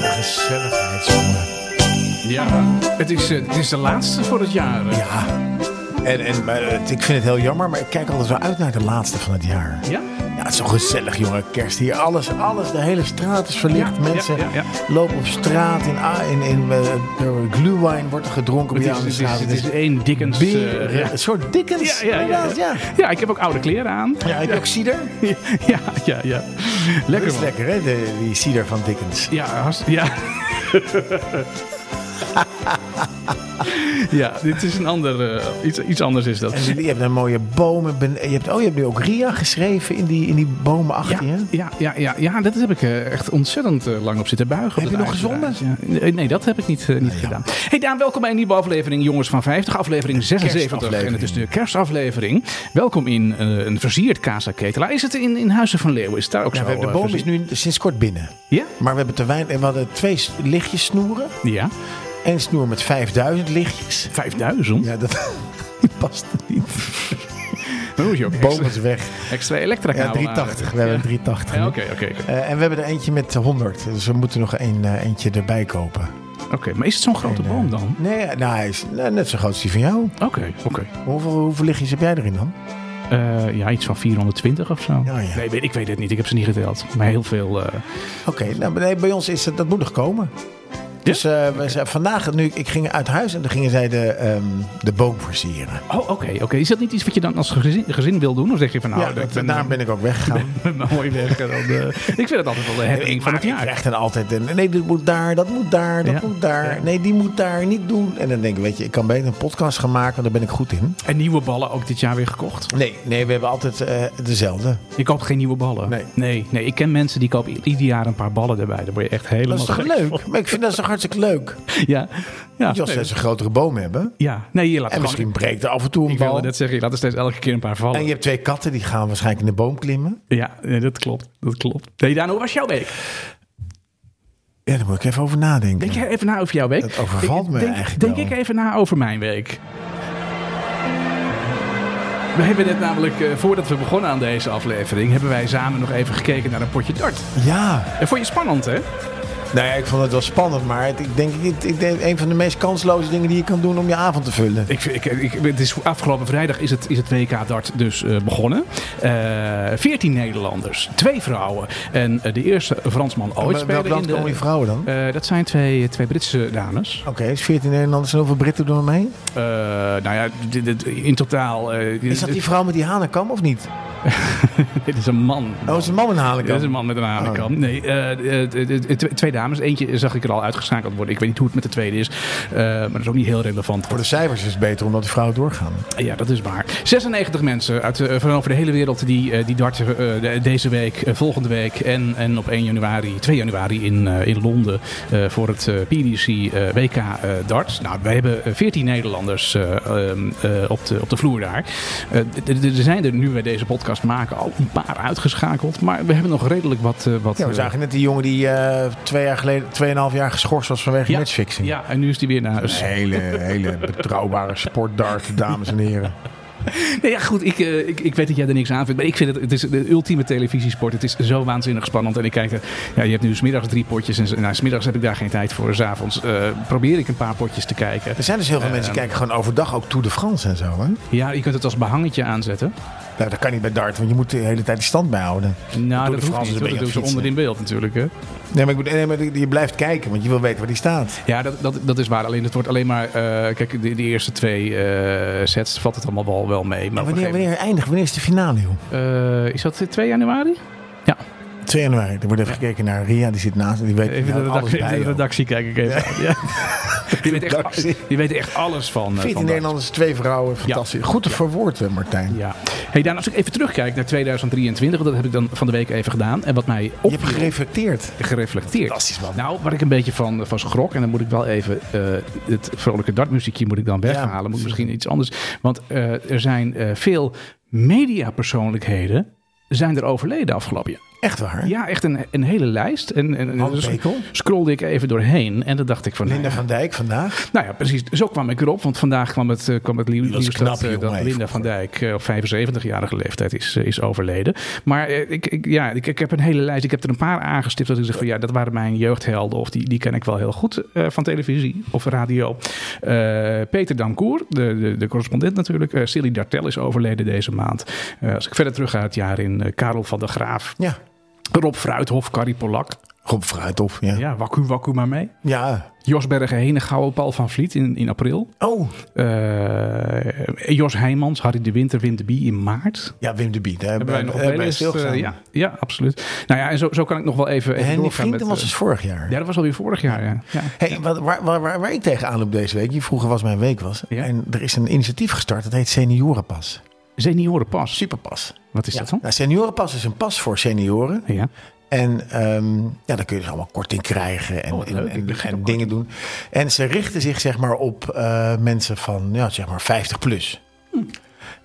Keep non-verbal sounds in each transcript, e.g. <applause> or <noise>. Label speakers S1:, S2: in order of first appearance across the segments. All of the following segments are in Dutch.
S1: gezelligheid, jongen.
S2: Ja, het is, eh, het is de laatste voor het jaar. eh.
S1: Ja. En, en maar, het- ik vind het heel jammer, maar ik kijk altijd wel uit naar de laatste van het jaar.
S2: Ja?
S1: Ja, het is zo gezellig, jongen. Kerst hier. Alles, alles. De hele straat is verlicht.
S2: Ja,
S1: Mensen
S2: ja, ja,
S1: lopen op straat. In, A- in, in, eh gluwijn wordt er gedronken
S2: Het
S1: bij
S2: is,
S1: jou aan de
S2: het is,
S1: straat.
S2: het is één Dickens. eh,
S1: dus bier.
S2: ja.
S1: Een soort Dickens.
S2: Ja, ja, ja,
S1: inderdaad,
S2: ja. Ja, ik heb ook oude kleren aan.
S1: Ja, ik ook cider.
S2: Ja, ja, ja.
S1: Dat
S2: Lekker
S1: is
S2: man.
S1: lekker, hè? De, die cider van Dickens.
S2: Ja, hartst-
S1: <laughs>
S2: ja. ja, dit is een ander, eh, iets, iets anders is dat.
S1: En je hebt een mooie bomen. ben- Je hebt, oh, je hebt nu ook Ria geschreven in die, in die bomen
S2: Ja,
S1: achter je.
S2: ja, ja, ja, ja, dat heb ik eh, echt ontzettend eh, lang op zitten buigen.
S1: Heb
S2: op
S1: je
S2: dat
S1: nog Ah,
S2: uiteraard. Ja. Nee, nee, dat heb ik niet, eh, niet gedaan. Hey Daan, welkom bij een nieuwe aflevering Jongens van 50, aflevering 76. En het is de kerstaflevering. Welkom in eh, een versierd Casa Ketela. Is het in, in Huizen van Leeuwen? Is het daar ook
S1: Ja,
S2: zo?
S1: we hebben- de
S2: eh,
S1: boom is
S2: versierd?
S1: nu sinds kort binnen.
S2: Ja?
S1: Maar we hebben te weinig. en We hadden twee s- lichtjes snoeren.
S2: Ja,
S1: Eén snoer met 5000 lichtjes.
S2: 5000.
S1: Ja, dat <laughs> die past niet.
S2: Dan moet je ook
S1: De
S2: extra,
S1: boom is weg.
S2: extra elektra
S1: Ja,
S2: kabel
S1: 380.
S2: aan.
S1: We hebben
S2: Nou, Ja.
S1: 380.
S2: Ja,
S1: nu.
S2: Oké, oké, oké.
S1: Eh, en we hebben er eentje met 100. Dus we moeten nog een, eh, eentje erbij kopen.
S2: Oké, Maar is het zo'n grote
S1: En, eh,
S2: boom dan?
S1: Nee, nou, hij is nou, net zo groot als die van jou.
S2: Oké, oké.
S1: Hoeveel, hoeveel lichtjes heb jij erin dan?
S2: Eh, ja, iets van 420 of zo.
S1: Oh, ja.
S2: Nee, weet- ik weet het niet. Ik heb ze niet geteld. Maar heel veel. eh,
S1: Oké, nou, nee, bij ons is dat, dat moet nog komen. Dus eh, we zijn vandaag, nu, ik ging uit huis en toen gingen zij de, ehm, de boom versieren.
S2: Oh, oké. oké. Is dat niet iets wat je dan als gezin, gezin wil doen? Of zeg je van nou,
S1: ja,
S2: ik
S1: dat,
S2: ben
S1: daarom ben ik ook
S2: <laughs>
S1: weggegaan.
S2: mooi weg. en dan,
S1: <laughs>
S2: eh, ik vind het altijd wel de herinnering van het
S1: Maar ik
S2: jaar.
S1: krijg dan altijd een, nee, dit moet daar, dat moet daar, dat
S2: Ja.
S1: moet daar. Nee, die moet daar, niet doen. En dan denk ik, weet je, ik kan beter een podcast gaan maken, want daar ben ik goed in.
S2: En nieuwe ballen ook dit jaar weer gekocht.
S1: Nee, nee, we hebben altijd eh, dezelfde.
S2: Je koopt geen nieuwe ballen.
S1: Nee.
S2: nee. nee, ik ken mensen die kopen i- ieder jaar een paar ballen erbij. Dan word je echt helemaal
S1: Dat is toch
S2: gek
S1: leuk? Maar ik vind dat is toch hartstikke leuk?
S2: van. <laughs> Ja. Ja.
S1: Als
S2: Nee,
S1: ze een grotere boom hebben.
S2: ja. nee, je laat
S1: En
S2: gewoon...
S1: misschien breekt er af en toe een
S2: Ik wilde
S1: bal.
S2: net zeggen, je laat er steeds elke keer een paar vallen.
S1: En je hebt twee katten, die gaan waarschijnlijk in de boom klimmen.
S2: Ja, nee, dat klopt. Dat klopt. Nee, Daan, hoe was jouw week?
S1: Ja, daar moet ik even over nadenken.
S2: Denk jij even na over jouw week?
S1: Het overvalt
S2: Ik-
S1: me
S2: denk,
S1: eigenlijk
S2: Denk
S1: wel.
S2: ik even na over mijn week. We hebben net namelijk, eh, voordat we begonnen aan deze aflevering, hebben wij samen nog even gekeken naar een potje dart.
S1: Ja.
S2: En vond je het spannend, hè?
S1: Nou ja, ik vond het wel spannend, maar het- ik denk ik, ik denk een van de meest kansloze dingen die je kan doen om je avond te vullen.
S2: Ik, vind- ik, ik, het is afgelopen vrijdag is het, is het WK Dart dus eh, begonnen. Eh 14 Nederlanders, twee vrouwen en eh, de eerste Fransman ooit
S1: Maar welk
S2: speler
S1: land
S2: in de-
S1: komen die vrouwen dan? Oké,
S2: Eh, dat zijn twee, twee Britse dames.
S1: is 14 Nederlanders en hoeveel Britten doen er mee?
S2: Eh, nou ja, dit- dit- in totaal. eh,
S1: Is dat die vrouw met die hanenkam of niet?
S2: <laughs> Dit is een man.
S1: Oh, is een man met een
S2: Nou, Dit is een
S1: hanenkam.
S2: man met een hanenkam.
S1: Oh.
S2: Nee, eh, eh, eh, eh, tw- twee dames. Eentje zag ik er al uitgeschakeld worden. Ik weet niet hoe het met de tweede is. Eh, maar dat is ook niet heel relevant. Ah
S1: Voor de cijfers is het beter omdat de vrouwen doorgaan.
S2: Ja, dat is waar. 96 mensen uit, eh, van over de hele wereld die, eh, die darten eh, de- deze week, eh, volgende week en, en op 1 januari, 2 januari in, eh, in Londen eh, voor het eh, PDC eh, WK eh darts. Nou, we hebben eh, 14 Nederlanders eh, ehm, eh, op, de, op de vloer daar. Eh, d- d- er zijn er nu bij deze podcast maken al een paar uitgeschakeld, maar we hebben nog redelijk wat... eh, wat
S1: Ja, we
S2: eh,
S1: zagen net die jongen die eh, twee jaar geleden, tweeënhalf jaar geschorst was vanwege
S2: ja,
S1: matchfixing.
S2: ja, en nu is die weer naar huis.
S1: Een hele, hele betrouwbare sportdart, dames en heren.
S2: Nee, ja, goed, ik, eh, ik, ik weet dat jij er niks aan vindt. Maar ik vind het, het is de ultieme televisiesport. Het is zo waanzinnig spannend. En ik kijk er, ja, je hebt nu smiddags drie potjes. En s- nou, smiddags heb ik daar geen tijd voor. S'avonds eh probeer ik een paar potjes te kijken.
S1: Er zijn dus heel veel mensen die kijken gewoon overdag ook Tour de France en zo. Hè?
S2: Ja, je kunt het als behangetje aanzetten.
S1: Nou, dat kan niet bij dart, want je moet de hele tijd die stand bijhouden.
S2: Nou,
S1: de
S2: dat hoeft
S1: Fransen
S2: niet.
S1: een
S2: want
S1: beetje
S2: Dat doen ze
S1: aan het
S2: onder in beeld natuurlijk. Hè?
S1: Nee, maar, ik bedoel- nee, maar je blijft kijken, want je wil weten waar die staat.
S2: Ja, dat, dat, dat is waar. Alleen het wordt alleen maar... eh, kijk, de, de eerste twee eh, sets valt het allemaal wel, wel mee. Maar Nou, op een
S1: wanneer,
S2: gegeven
S1: wanneer eindigt? Wanneer is de finale, joh?
S2: moment- eh, is dat 2 januari?
S1: 2 januari. Er wordt even gekeken naar Ria, die zit naast. en Die weet
S2: Even
S1: daar
S2: de
S1: alles
S2: redactie,
S1: bij.
S2: de
S1: joh.
S2: redactie kijk ik even aan. Ja.
S1: <laughs>
S2: Die, weet echt,
S1: Redactie.
S2: die weet echt alles van... eh, van
S1: 14
S2: dat.
S1: Nederlanders, twee vrouwen. Fantastisch. Goed verwoord, hè, Martijn.
S2: Ja. Hey Daan, als ik even terugkijk naar 2023, want dat heb ik dan van de week even gedaan. En wat mij
S1: Je
S2: op
S1: hebt gereflecteerd.
S2: gereflecteerd.
S1: Fantastisch, man.
S2: Nou, waar ik een beetje van, van schrok, en dan moet ik wel even eh, het vrolijke dartmuziekje moet ik dan weghalen. moet misschien iets anders. Want eh, er zijn eh, veel mediapersoonlijkheden zijn er overleden afgelopen jaar.
S1: Echt waar?
S2: Ja, echt een, een hele lijst. En, en, en
S1: Hans
S2: dus
S1: Pekel?
S2: scrolde ik even doorheen en dan dacht ik van... nou
S1: Linda
S2: ja,
S1: van Dijk vandaag.
S2: Nou ja, precies. Zo kwam ik erop. Want vandaag kwam het, eh, kwam het nieuws
S1: Dat is
S2: dat,
S1: knap,
S2: eh, dat
S1: jongen,
S2: Linda
S1: even.
S2: van Dijk eh, op 75-jarige leeftijd is, eh, is overleden. Maar eh, ik, ik, ja, ik, ik heb een hele lijst. Ik heb er een paar aangestipt dat ik zeg van ja, dat waren mijn jeugdhelden. Of die, die ken ik wel heel goed eh, van televisie of radio. Eh, Peter Damkoer, de, de, de correspondent natuurlijk. Eh Silly Dartel is overleden deze maand. Eh, als ik verder terug ga het jaar in, eh, Karel van der Graaf.
S1: Ja.
S2: Rob Fruithof, Carrie Polak.
S1: Rob Fruithof, ja. ja.
S2: Ja, wakku wakku maar mee. Jos Bergen Henegouwen, Paul van Vliet in, in april.
S1: Oh,
S2: Eh, Jos Heijmans, Harry de Winter, Wim de Bie in maart.
S1: ja, Wim de Biet. Daar
S2: Hebben wij nog op playlist,
S1: stilgestaan.
S2: eh, ja, ja, absoluut. Nou ja, en zo, zo kan ik nog wel even, even
S1: En die
S2: doorgaan
S1: vrienden
S2: met,
S1: was
S2: eh,
S1: dus vorig jaar.
S2: Ja, dat was alweer vorig jaar, ja. ja.
S1: Hey, wat- waar, waar, waar, waar ik tegenaan loop deze week, die vroeger was mijn week was.
S2: Ja.
S1: En er is een initiatief gestart, dat heet Seniorenpas.
S2: Seniorenpas,
S1: Superpas.
S2: wat is
S1: ja.
S2: dat dan?
S1: Nou, seniorenpas is een pas voor senioren.
S2: Ja,
S1: En ehm, ja, daar kun je dus allemaal korting krijgen en,
S2: Oh, wat
S1: en-
S2: leuk.
S1: en-
S2: Ik ben gek
S1: en
S2: op
S1: dingen doen. En ze richten zich zeg maar op eh, mensen van ja, zeg maar 50 plus.
S2: Hm.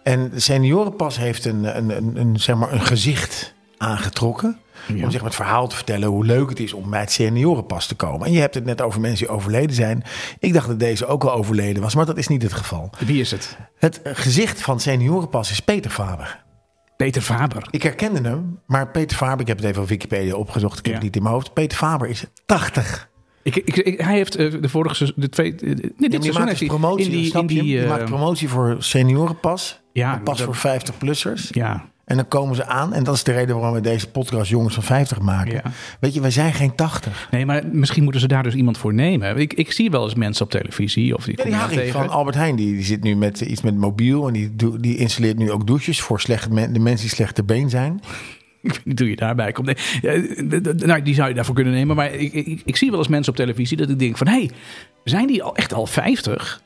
S1: En de seniorenpas heeft een, een, een, een, zeg maar een gezicht aangetrokken.
S2: Ja.
S1: Om zeg maar het verhaal te vertellen hoe leuk het is om bij het seniorenpas te komen. En je hebt het net over mensen die overleden zijn. Ik dacht dat deze ook al overleden was, maar dat is niet het geval.
S2: wie is het?
S1: Het gezicht van seniorenpas is Peter Faber.
S2: Peter Faber.
S1: Ik herkende hem, maar Peter Faber, ik heb het even op Wikipedia opgezocht, ik heb
S2: Ja.
S1: het niet in mijn hoofd. Peter Faber is 80.
S2: Ik, ik, ik- hij heeft eh, de vorige seizoen, de twee, eh, nee, dit
S1: Die
S2: seizoen
S1: maakt
S2: heeft
S1: dus
S2: hij
S1: promotie,
S2: in die,
S1: snap
S2: in
S1: je?
S2: die,
S1: Die
S2: eh,
S1: maakt promotie voor seniorenpas,
S2: Ja,
S1: een pas
S2: dat-
S1: voor 50-plussers.
S2: ja,
S1: En dan komen ze aan en dat is de reden waarom we deze podcast Jongens van 50 maken.
S2: Ja.
S1: Weet je, wij zijn geen 80.
S2: nee, maar misschien moeten ze daar dus iemand voor nemen. Ik, ik zie wel eens mensen op televisie of die,
S1: Ja, die
S2: kom je
S1: Harry
S2: tegen.
S1: van Albert Heijn, die, die zit nu met eh, iets met mobiel en die, doe- die installeert nu ook douches voor slecht men- de mensen die slecht ter been zijn.
S2: Ik weet niet hoe je daarbij komt. Nee, ja, d- d- d- nou, die zou je daarvoor kunnen nemen. Maar ik, ik, ik zie wel eens mensen op televisie dat ik denk van... hé, hey, zijn die al echt al 50?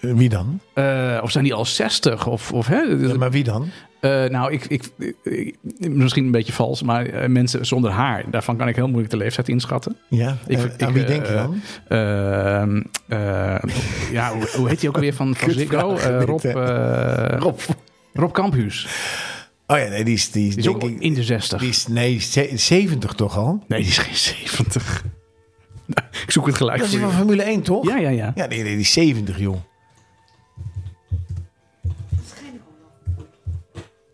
S1: Eh, Wie dan?
S2: Eh, of zijn die al 60? Of, of, hè? Dus,
S1: Ja, maar wie dan?
S2: Eh, nou, ik, ik, ik- misschien een beetje vals, maar eh, mensen zonder haar... daarvan kan ik heel moeilijk de leeftijd inschatten.
S1: Ja,
S2: Ik-
S1: eh,
S2: ik-
S1: aan wie
S2: eh,
S1: denk je dan?
S2: Eh, eh, ja, hoe, hoe heet die ook alweer
S1: <laughs>
S2: van, van Ziggo?
S1: Kutvraag,
S2: Eh,
S1: dit,
S2: Rob,
S1: hè.
S2: eh, Rob.
S1: Rob.
S2: Kamphuus.
S1: Oh ja, nee, die is, die is,
S2: Die is
S1: denk
S2: ook
S1: ik-
S2: in de 60.
S1: Die is, nee, ze- 70 toch al?
S2: Nee, die is geen 70. <laughs> ik zoek het gelijk
S1: Dat is
S2: voor
S1: van
S2: je.
S1: Formule 1, toch?
S2: Ja, ja, ja.
S1: Ja, nee, nee, die is 70, joh.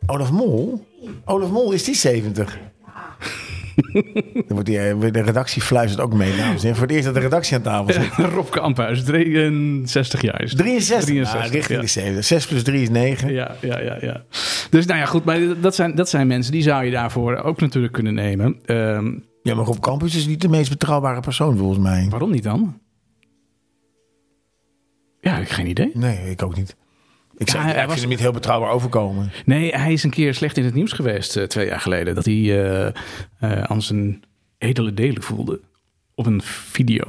S1: Olaf Mol? Olaf Mol, is die 70? Dan wordt die, eh, de redactie fluistert ook mee, dames en heren. Voor het eerst dat de redactie aan tafel zit.
S2: <laughs> Rob Kamphuis, 63 jaar is het.
S1: 63?
S2: 63,
S1: Ah, richting
S2: ja.
S1: de 70. 6 plus 3 is 9.
S2: Ja, ja, ja, ja. Dus nou ja, goed, maar dat zijn, dat zijn mensen die zou je daarvoor ook natuurlijk kunnen nemen. Ehm,
S1: Ja, maar Rob Campus is niet de meest betrouwbare persoon, volgens mij.
S2: waarom niet dan? Ja, ik heb geen idee.
S1: Nee, ik ook niet. Ik, zou
S2: hij-
S1: ik
S2: hij
S1: vind
S2: was-
S1: hem niet heel betrouwbaar overkomen.
S2: Nee, hij is een keer slecht in het nieuws geweest eh, twee jaar geleden. Dat hij eh, eh, aan zijn edele delen voelde. Op een video.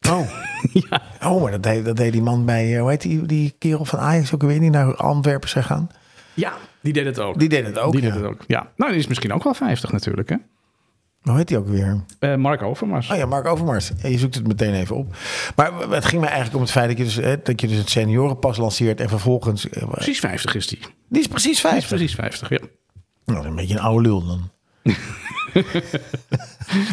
S2: <laughs>
S1: Oh.
S2: ja,
S1: Oh, maar dat deed, dat deed die man bij, eh, hoe heet die, die kerel van Ajax ook weer, die naar Antwerpen zou gaan.
S2: ja, die deed het ook.
S1: Die deed het ook,
S2: Die
S1: ja.
S2: deed het ook, ja. Nou, die is misschien ook wel 50 natuurlijk, hè?
S1: Hoe heet die ook weer?
S2: Eh, Mark Overmars.
S1: Oh ja, Mark Overmars. Ja, Je zoekt het meteen even op. Maar w- het ging mij eigenlijk om het feit dat je dus, hè, dat je dus het seniorenpas lanceert en vervolgens... eh,
S2: Precies 50 is die.
S1: Die is precies 50.
S2: Precies 50, ja.
S1: Nou, dat is een beetje een oude lul dan.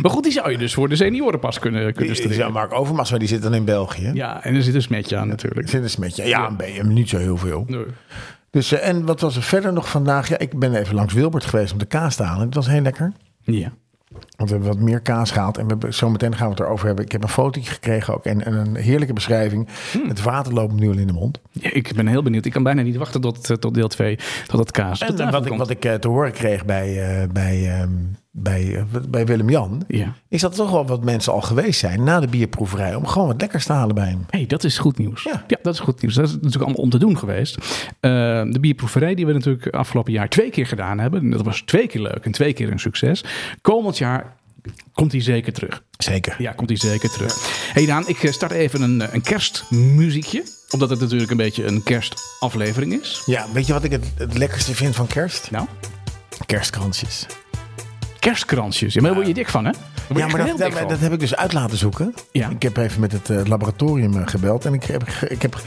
S2: Maar goed, die zou je dus voor de seniorenpas kunnen, kunnen
S1: Dus
S2: studeren.
S1: ja, Mark Overmars, maar die zit dan in België. Ja.
S2: Ja, en er zit een smetje aan natuurlijk.
S1: Zit een smetje. Ja, een beetje, maar niet zo heel veel.
S2: Nee.
S1: Dus, eh, en wat was er verder nog vandaag? Ja, ik ben even langs Wilbert geweest om de kaas te halen. Het was heel lekker.
S2: Ja.
S1: Want we hebben wat meer kaas gehaald. En we hebben, zometeen gaan we het erover hebben. Ik heb een fotootje gekregen ook. En, en een heerlijke beschrijving. Het water loopt me nu al in de mond.
S2: Ja, Ik ben heel benieuwd. Ik kan bijna niet wachten tot, eh, tot deel 2, tot dat kaas.
S1: En
S2: tot
S1: eh,
S2: tafel
S1: wat ik,
S2: komt.
S1: wat ik eh, te horen kreeg bij, eh, bij, ehm, bij, eh, bij Willem-Jan...
S2: Ja.
S1: is dat er toch wel wat mensen al geweest zijn na de bierproeverij... om gewoon wat lekkers te halen bij hem.
S2: hey, dat is goed nieuws.
S1: Ja.
S2: dat is goed nieuws. Dat is natuurlijk allemaal om te doen geweest. Eh, de bierproeverij die we natuurlijk afgelopen jaar twee keer gedaan hebben. en Dat was twee keer leuk en twee keer een succes. Komend jaar komt die zeker terug.
S1: Zeker.
S2: Ja, komt die zeker terug. Hey Daan, ik eh, start even een, eh, een kerstmuziekje. Omdat het natuurlijk een beetje een kerstaflevering is.
S1: Ja, weet je wat ik het, het lekkerste vind van kerst?
S2: Nou,
S1: Kerstkransjes.
S2: kerstkransjes. Ja, maar daar word je dik van, hè?
S1: Ja, maar dat, dat, dat heb ik dus uit laten zoeken.
S2: Ja.
S1: Ik heb even met het eh, laboratorium eh, gebeld. En ik heb, ik heb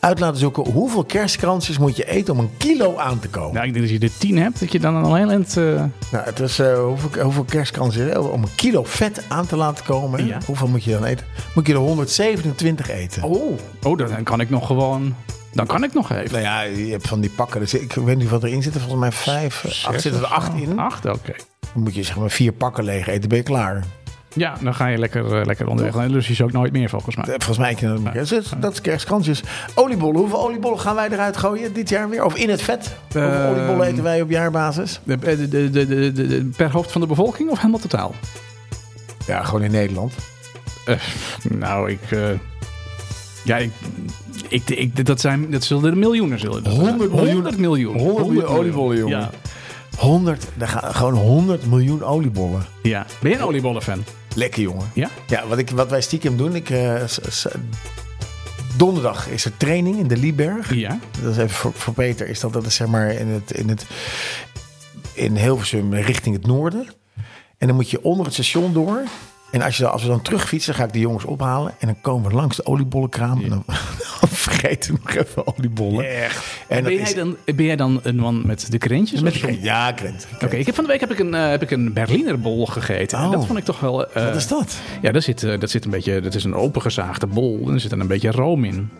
S1: uit laten zoeken hoeveel kerstkransjes moet je eten om een kilo aan te komen.
S2: Nou, ik denk dat je er tien hebt, dat je dan een heel eind... eh,
S1: Nou, het was eh, hoeveel, hoeveel kerstkransjes eh, om een kilo vet aan te laten komen.
S2: Ja.
S1: Hoeveel moet je dan eten? Moet je er 127 eten.
S2: Oh. Oh, dan kan ik nog gewoon... Dan kan ik nog even.
S1: Nou ja, je hebt van die pakken. Dus ik weet niet wat erin zit. Volgens mij vijf. eh, Acht, zitten er acht in.
S2: Acht, oké.
S1: Dan moet je zeg maar vier pakken leeg eten. ben je klaar.
S2: Ja, dan ga je lekker, eh, lekker onderweg. Dan lust je ze ook nooit meer, volgens mij.
S1: Eh, Volgens mij kan dat niet. Dus Dat is kerstkransjes. Oliebollen. Hoeveel oliebollen gaan wij eruit gooien dit jaar weer? Of in het vet? Hoeveel
S2: Ehm,
S1: oliebollen eten wij op jaarbasis?
S2: De- eh, de- de- de- de- de- per hoofd van de bevolking of helemaal totaal?
S1: Ja, gewoon in Nederland.
S2: Eh, nou, ik... eh, ja, ik... Ik, ik, dat, zijn, dat zullen er miljoenen zullen. dat zijn.
S1: 100 miljoen.
S2: 100 miljoen.
S1: 100 miljoen oliebollen, jongen.
S2: Ja.
S1: 100, daar gaan gewoon 100 miljoen oliebollen.
S2: ja. Ben je een oliebollen-fan?
S1: Lekker, jongen.
S2: Ja?
S1: Ja, wat, ik, wat wij stiekem doen. Ik, eh, s- s- donderdag is er training in de Lieberg.
S2: Ja.
S1: Dat is even voor, voor Peter. Is dat, dat is zeg maar in, het, in, het, in Hilversum richting het noorden. En dan moet je onder het station door. En als, je, dan- als we dan terugfietsen, ga ik de jongens ophalen. En dan komen we langs de oliebollenkraam. En dan, <laughs> dan vergeten we nog even oliebollen.
S2: Echt.
S1: En dat
S2: ben, jij
S1: is-
S2: dan, ben jij dan een man met de krentjes?
S1: Met-
S2: Of zonder?
S1: ja, Krent.
S2: Oké, ik heb van de week heb ik een, eh, heb ik een Berliner bol gegeten. En
S1: Oh.
S2: dat vond ik toch wel... eh,
S1: Wat is dat?
S2: Ja, daar zit, eh, dat zit een beetje... Dat is een opengezaagde bol. En er zit dan een beetje room in.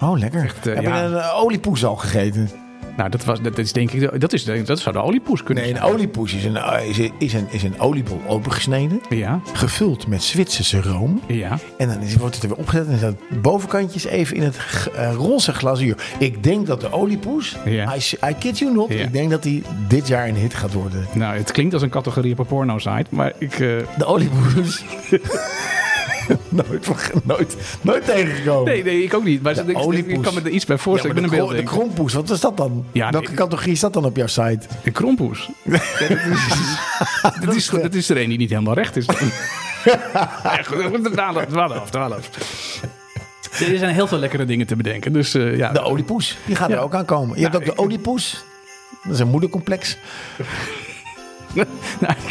S1: Oh, lekker.
S2: eh,
S1: Heb je
S2: ja.
S1: een eh, oliepoes al gegeten?
S2: Nou, dat, was, dat is denk ik... de- Dat, is, de- dat zou de oliepoes kunnen
S1: Nee, een
S2: zijn.
S1: oliepoes is een, eh, is, een- is, een, is een oliebol opengesneden.
S2: Ja,
S1: Gevuld met Zwitserse room.
S2: ja.
S1: En dan is, wordt het er weer opgezet en dan zijn de bovenkantjes even in het g- eh, roze glazuur. Ik denk dat de oliepoes,
S2: Ja.
S1: I, s- I kid you not,
S2: Ja.
S1: ik denk dat die dit jaar een hit gaat worden.
S2: Nou, het klinkt als een categorie op een porno-site, maar ik... eh,
S1: De oliepoes. <laughs> nooit, van- nooit, nooit tegengekomen.
S2: Nee, nee, ik ook niet. Maar ik, ik- ik
S1: oliepoes.
S2: kan me er iets bij
S1: Ja, maar
S2: voorstellen. ik
S1: de,
S2: ben een
S1: kro- de
S2: beeld.
S1: krompoes, wat is dat dan?
S2: Ja,
S1: Welke
S2: nee.
S1: categorie is dat dan op jouw site?
S2: De krompoes. <laughs> Ja, dat, is, dat, is, dat is er een die niet helemaal recht <laughs> is. Ja, goed, goed, dwaal af, dwaal af, dwaal af. Er zijn heel veel lekkere dingen te bedenken. Dus eh, ja,
S1: De oliepoes, die gaat
S2: Ja.
S1: er ook aan komen. Je hebt ook de oliepoes. Dat is een moedercomplex.
S2: Nou,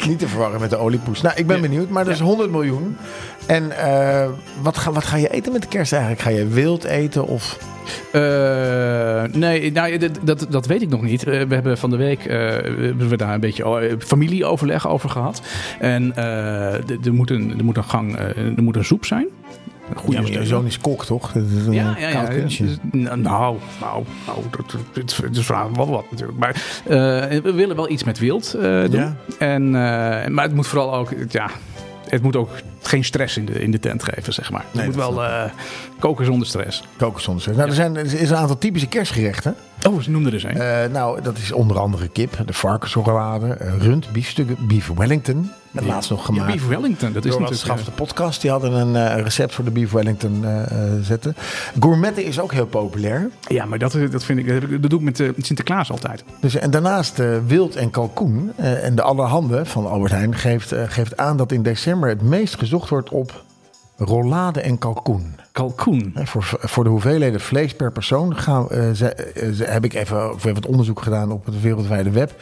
S1: Niet te verwarren met de oliepoes. Nou, ik ben benieuwd, maar dat is 100 miljoen. En eh, wat, ga, wat ga je eten met de kerst eigenlijk? Ga je wild eten of...
S2: Eh, nee, nou, dat, dat, dat weet ik nog niet. Eh, we hebben van de week eh, hebben we daar een beetje eh, familieoverleg over gehad. En eh, d- er moet een, er moet een gang, eh, er moet een soep zijn. Een
S1: ja, maar
S2: steun.
S1: je zoon is kok, toch? Dat is een
S2: Ja,
S1: ja,
S2: ja, ja.
S1: kunstje.
S2: Dus, nou, nou, nou, dat, dat- het, het is verhaal wel wat natuurlijk. Maar eh, we willen wel iets met wild eh, doen.
S1: Ja.
S2: En, eh, maar het moet vooral ook, ja, het moet ook geen stress in de, in de tent geven, zeg maar.
S1: Nee,
S2: het moet
S1: dat
S2: wel eh, koken zonder stress.
S1: Koken zonder saus. Nou, er, zijn, er is een aantal typische kerstgerechten.
S2: Oh, ze noemden er eens een.
S1: Eh, nou, dat is onder andere kip, de varkensorgelade, eh, rund, biefstukken, beef wellington. Dat laatst nog
S2: Ja,
S1: gemaakt.
S2: Beef Wellington, dat is
S1: Door
S2: natuurlijk...
S1: Schaf de podcast. Die hadden een eh, recept voor de beef wellington eh, eh, zetten. Gourmetten is ook heel populair.
S2: eh, Ja, maar dat, dat vind ik, dat, heb ik- dat doe ik met eh, met Sinterklaas altijd.
S1: Dus, en daarnaast eh, wild en kalkoen eh, en de allerhande van Albert Heijn geeft, eh, geeft aan dat in december het meest gezocht wordt op rollade en kalkoen.
S2: Kalkoen.
S1: Hè, voor, voor de hoeveelheden vlees per persoon gaan, eh, ze- eh, ze- heb ik even, of we hebben wat onderzoek gedaan op het wereldwijde web.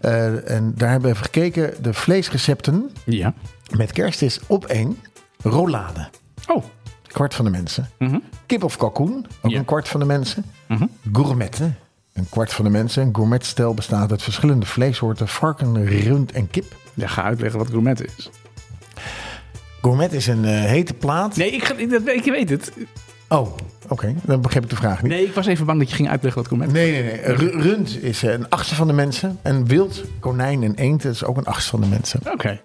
S1: Eh, en daar hebben we even gekeken. De vleesrecepten
S2: Ja.
S1: met kerst is op één rollade.
S2: Oh.
S1: kwart van de mensen.
S2: Mhm.
S1: Kip of kalkoen, ook
S2: Ja.
S1: een kwart van de mensen.
S2: Mhm.
S1: Gourmetten, een kwart van de mensen. Een gourmetstel bestaat uit verschillende vleessoorten: varken, rund en kip.
S2: Ja, ga uitleggen wat gourmet is.
S1: Gourmet is een eh, hete plaat.
S2: Nee, ik, ga, ik, dat- ik weet het.
S1: Oh, oké, dan begrijp ik de vraag niet.
S2: Nee, ik was even bang dat je ging uitleggen wat gourmet is.
S1: Nee, nee, nee. Ru- Rund is eh, een achtste van de mensen. En wild, konijn en eend dat is ook een achtste van de mensen.
S2: Oké.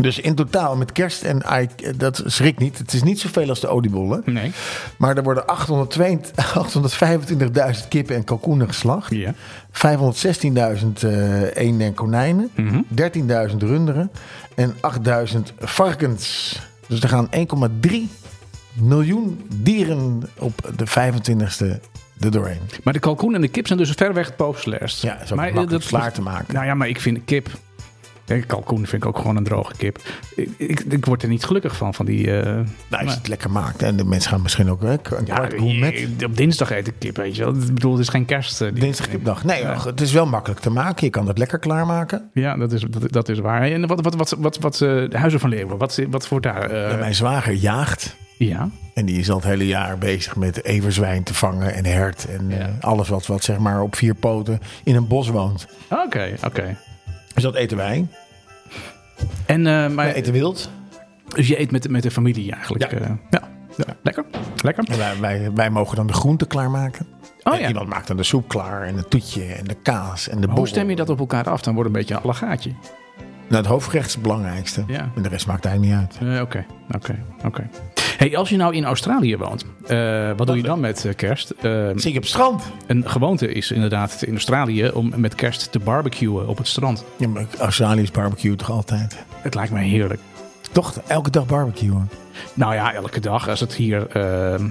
S1: Dus in totaal met kerst en ei, eh, dat schrik niet. Het is niet zoveel als de oliebollen.
S2: Nee.
S1: Maar er worden <laughs> 822 825.000 kippen en kalkoenen geslacht.
S2: Ja.
S1: 516.000 eh eenden en konijnen,
S2: Mhm.
S1: 13.000 runderen en 8.000 varkens. Dus er gaan 1,3 miljoen dieren op de 25e er doorheen.
S2: Maar de kalkoen en de kip zijn dus ver weg het populairst.
S1: Ja, is ook
S2: maar, eh,
S1: makkelijk slaar te maken.
S2: Nou ja, maar ik vind kip... En kalkoen vind ik ook gewoon een droge kip. Ik, ik, ik word er niet gelukkig van, van die... eh,
S1: Nou, als
S2: maar-
S1: je het lekker maakt. En de mensen gaan misschien ook hè, een
S2: ja,
S1: kwartkoen met.
S2: je- op dinsdag eet ik kip, weet je wel. Ik bedoel, het is geen kerst. eh, die-
S1: Dinsdagkipdag. Nee, ach, het is wel makkelijk te maken. Je kan het lekker klaarmaken.
S2: Ja, dat is, dat, dat is waar. En wat, wat, wat, wat, wat eh, de Huizen van Leeuwen, wat, wat wordt daar? eh,
S1: Mijn zwager jaagt.
S2: ja,
S1: En die is al het hele jaar bezig met everzwijn te vangen en hert. En eh, alles wat, wat zeg maar op vier poten in een bos woont.
S2: oké, oké.
S1: Dus dat eten wij.
S2: En, eh, maar,
S1: Wij eten wild.
S2: dus je eet met, met de familie eigenlijk.
S1: Ja.
S2: eh, ja. ja, lekker, lekker.
S1: En wij, wij, wij mogen dan de groenten klaarmaken.
S2: Oh
S1: En
S2: ja,
S1: Iemand maakt dan de soep klaar en het toetje en de kaas en de
S2: hoe
S1: borrel.
S2: stem je dat op elkaar af? Dan wordt het een beetje een allegaatje.
S1: Nou, het hoofdgerecht is het belangrijkste.
S2: Ja.
S1: En de rest maakt eigenlijk niet uit.
S2: Eh, Oké, oké, oké. Hey, als je nou in Australië woont, eh, wat doe je dan met eh, kerst? Eh,
S1: Zie ik op het strand.
S2: een gewoonte is inderdaad in Australië om met kerst te barbecuen op het strand.
S1: Ja, maar Australië is barbecue toch altijd?
S2: Het lijkt mij heerlijk.
S1: Toch elke dag barbecuen.
S2: Nou ja, elke dag. Als het hier eh,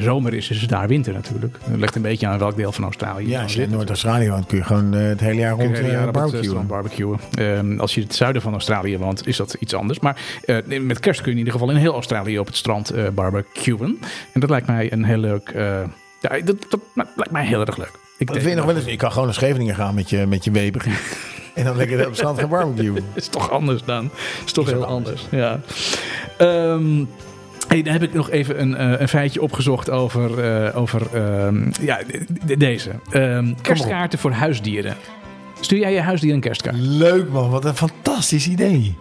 S2: zomer is, is het daar winter natuurlijk. Het ligt een beetje aan welk deel van Australië je
S1: Ja,
S2: dan
S1: als je
S2: zit.
S1: in Noord-Australië woont kun je gewoon eh, het hele jaar
S2: Kun
S1: rond
S2: je hier
S1: eh,
S2: op het, eh,
S1: barbecuen.
S2: strand barbecuen. Ehm, als je in het zuiden van Australië woont, is dat iets anders. Maar eh, met kerst kun je in ieder geval in heel Australië op het strand eh, barbecuen. En dat lijkt mij een heel leuk... eh, ja, dat, dat, nou, lijkt mij heel erg leuk. Ik
S1: Dat
S2: denk-
S1: vind je nog wel eens. Je kan gewoon naar Scheveningen gaan met je, met je
S2: <laughs>
S1: weber. en dan lekker op het strand gaan barbecuen.
S2: Het is toch anders dan. Het is toch heel anders. Ja. Ehm, hey, dan heb ik nog even een, eh, een feitje opgezocht over, eh, over ehm, ja, de- de- deze. Ehm, kerstkaarten voor huisdieren. Stuur jij je huisdier een kerstkaart?
S1: Leuk man, wat een fantastisch idee.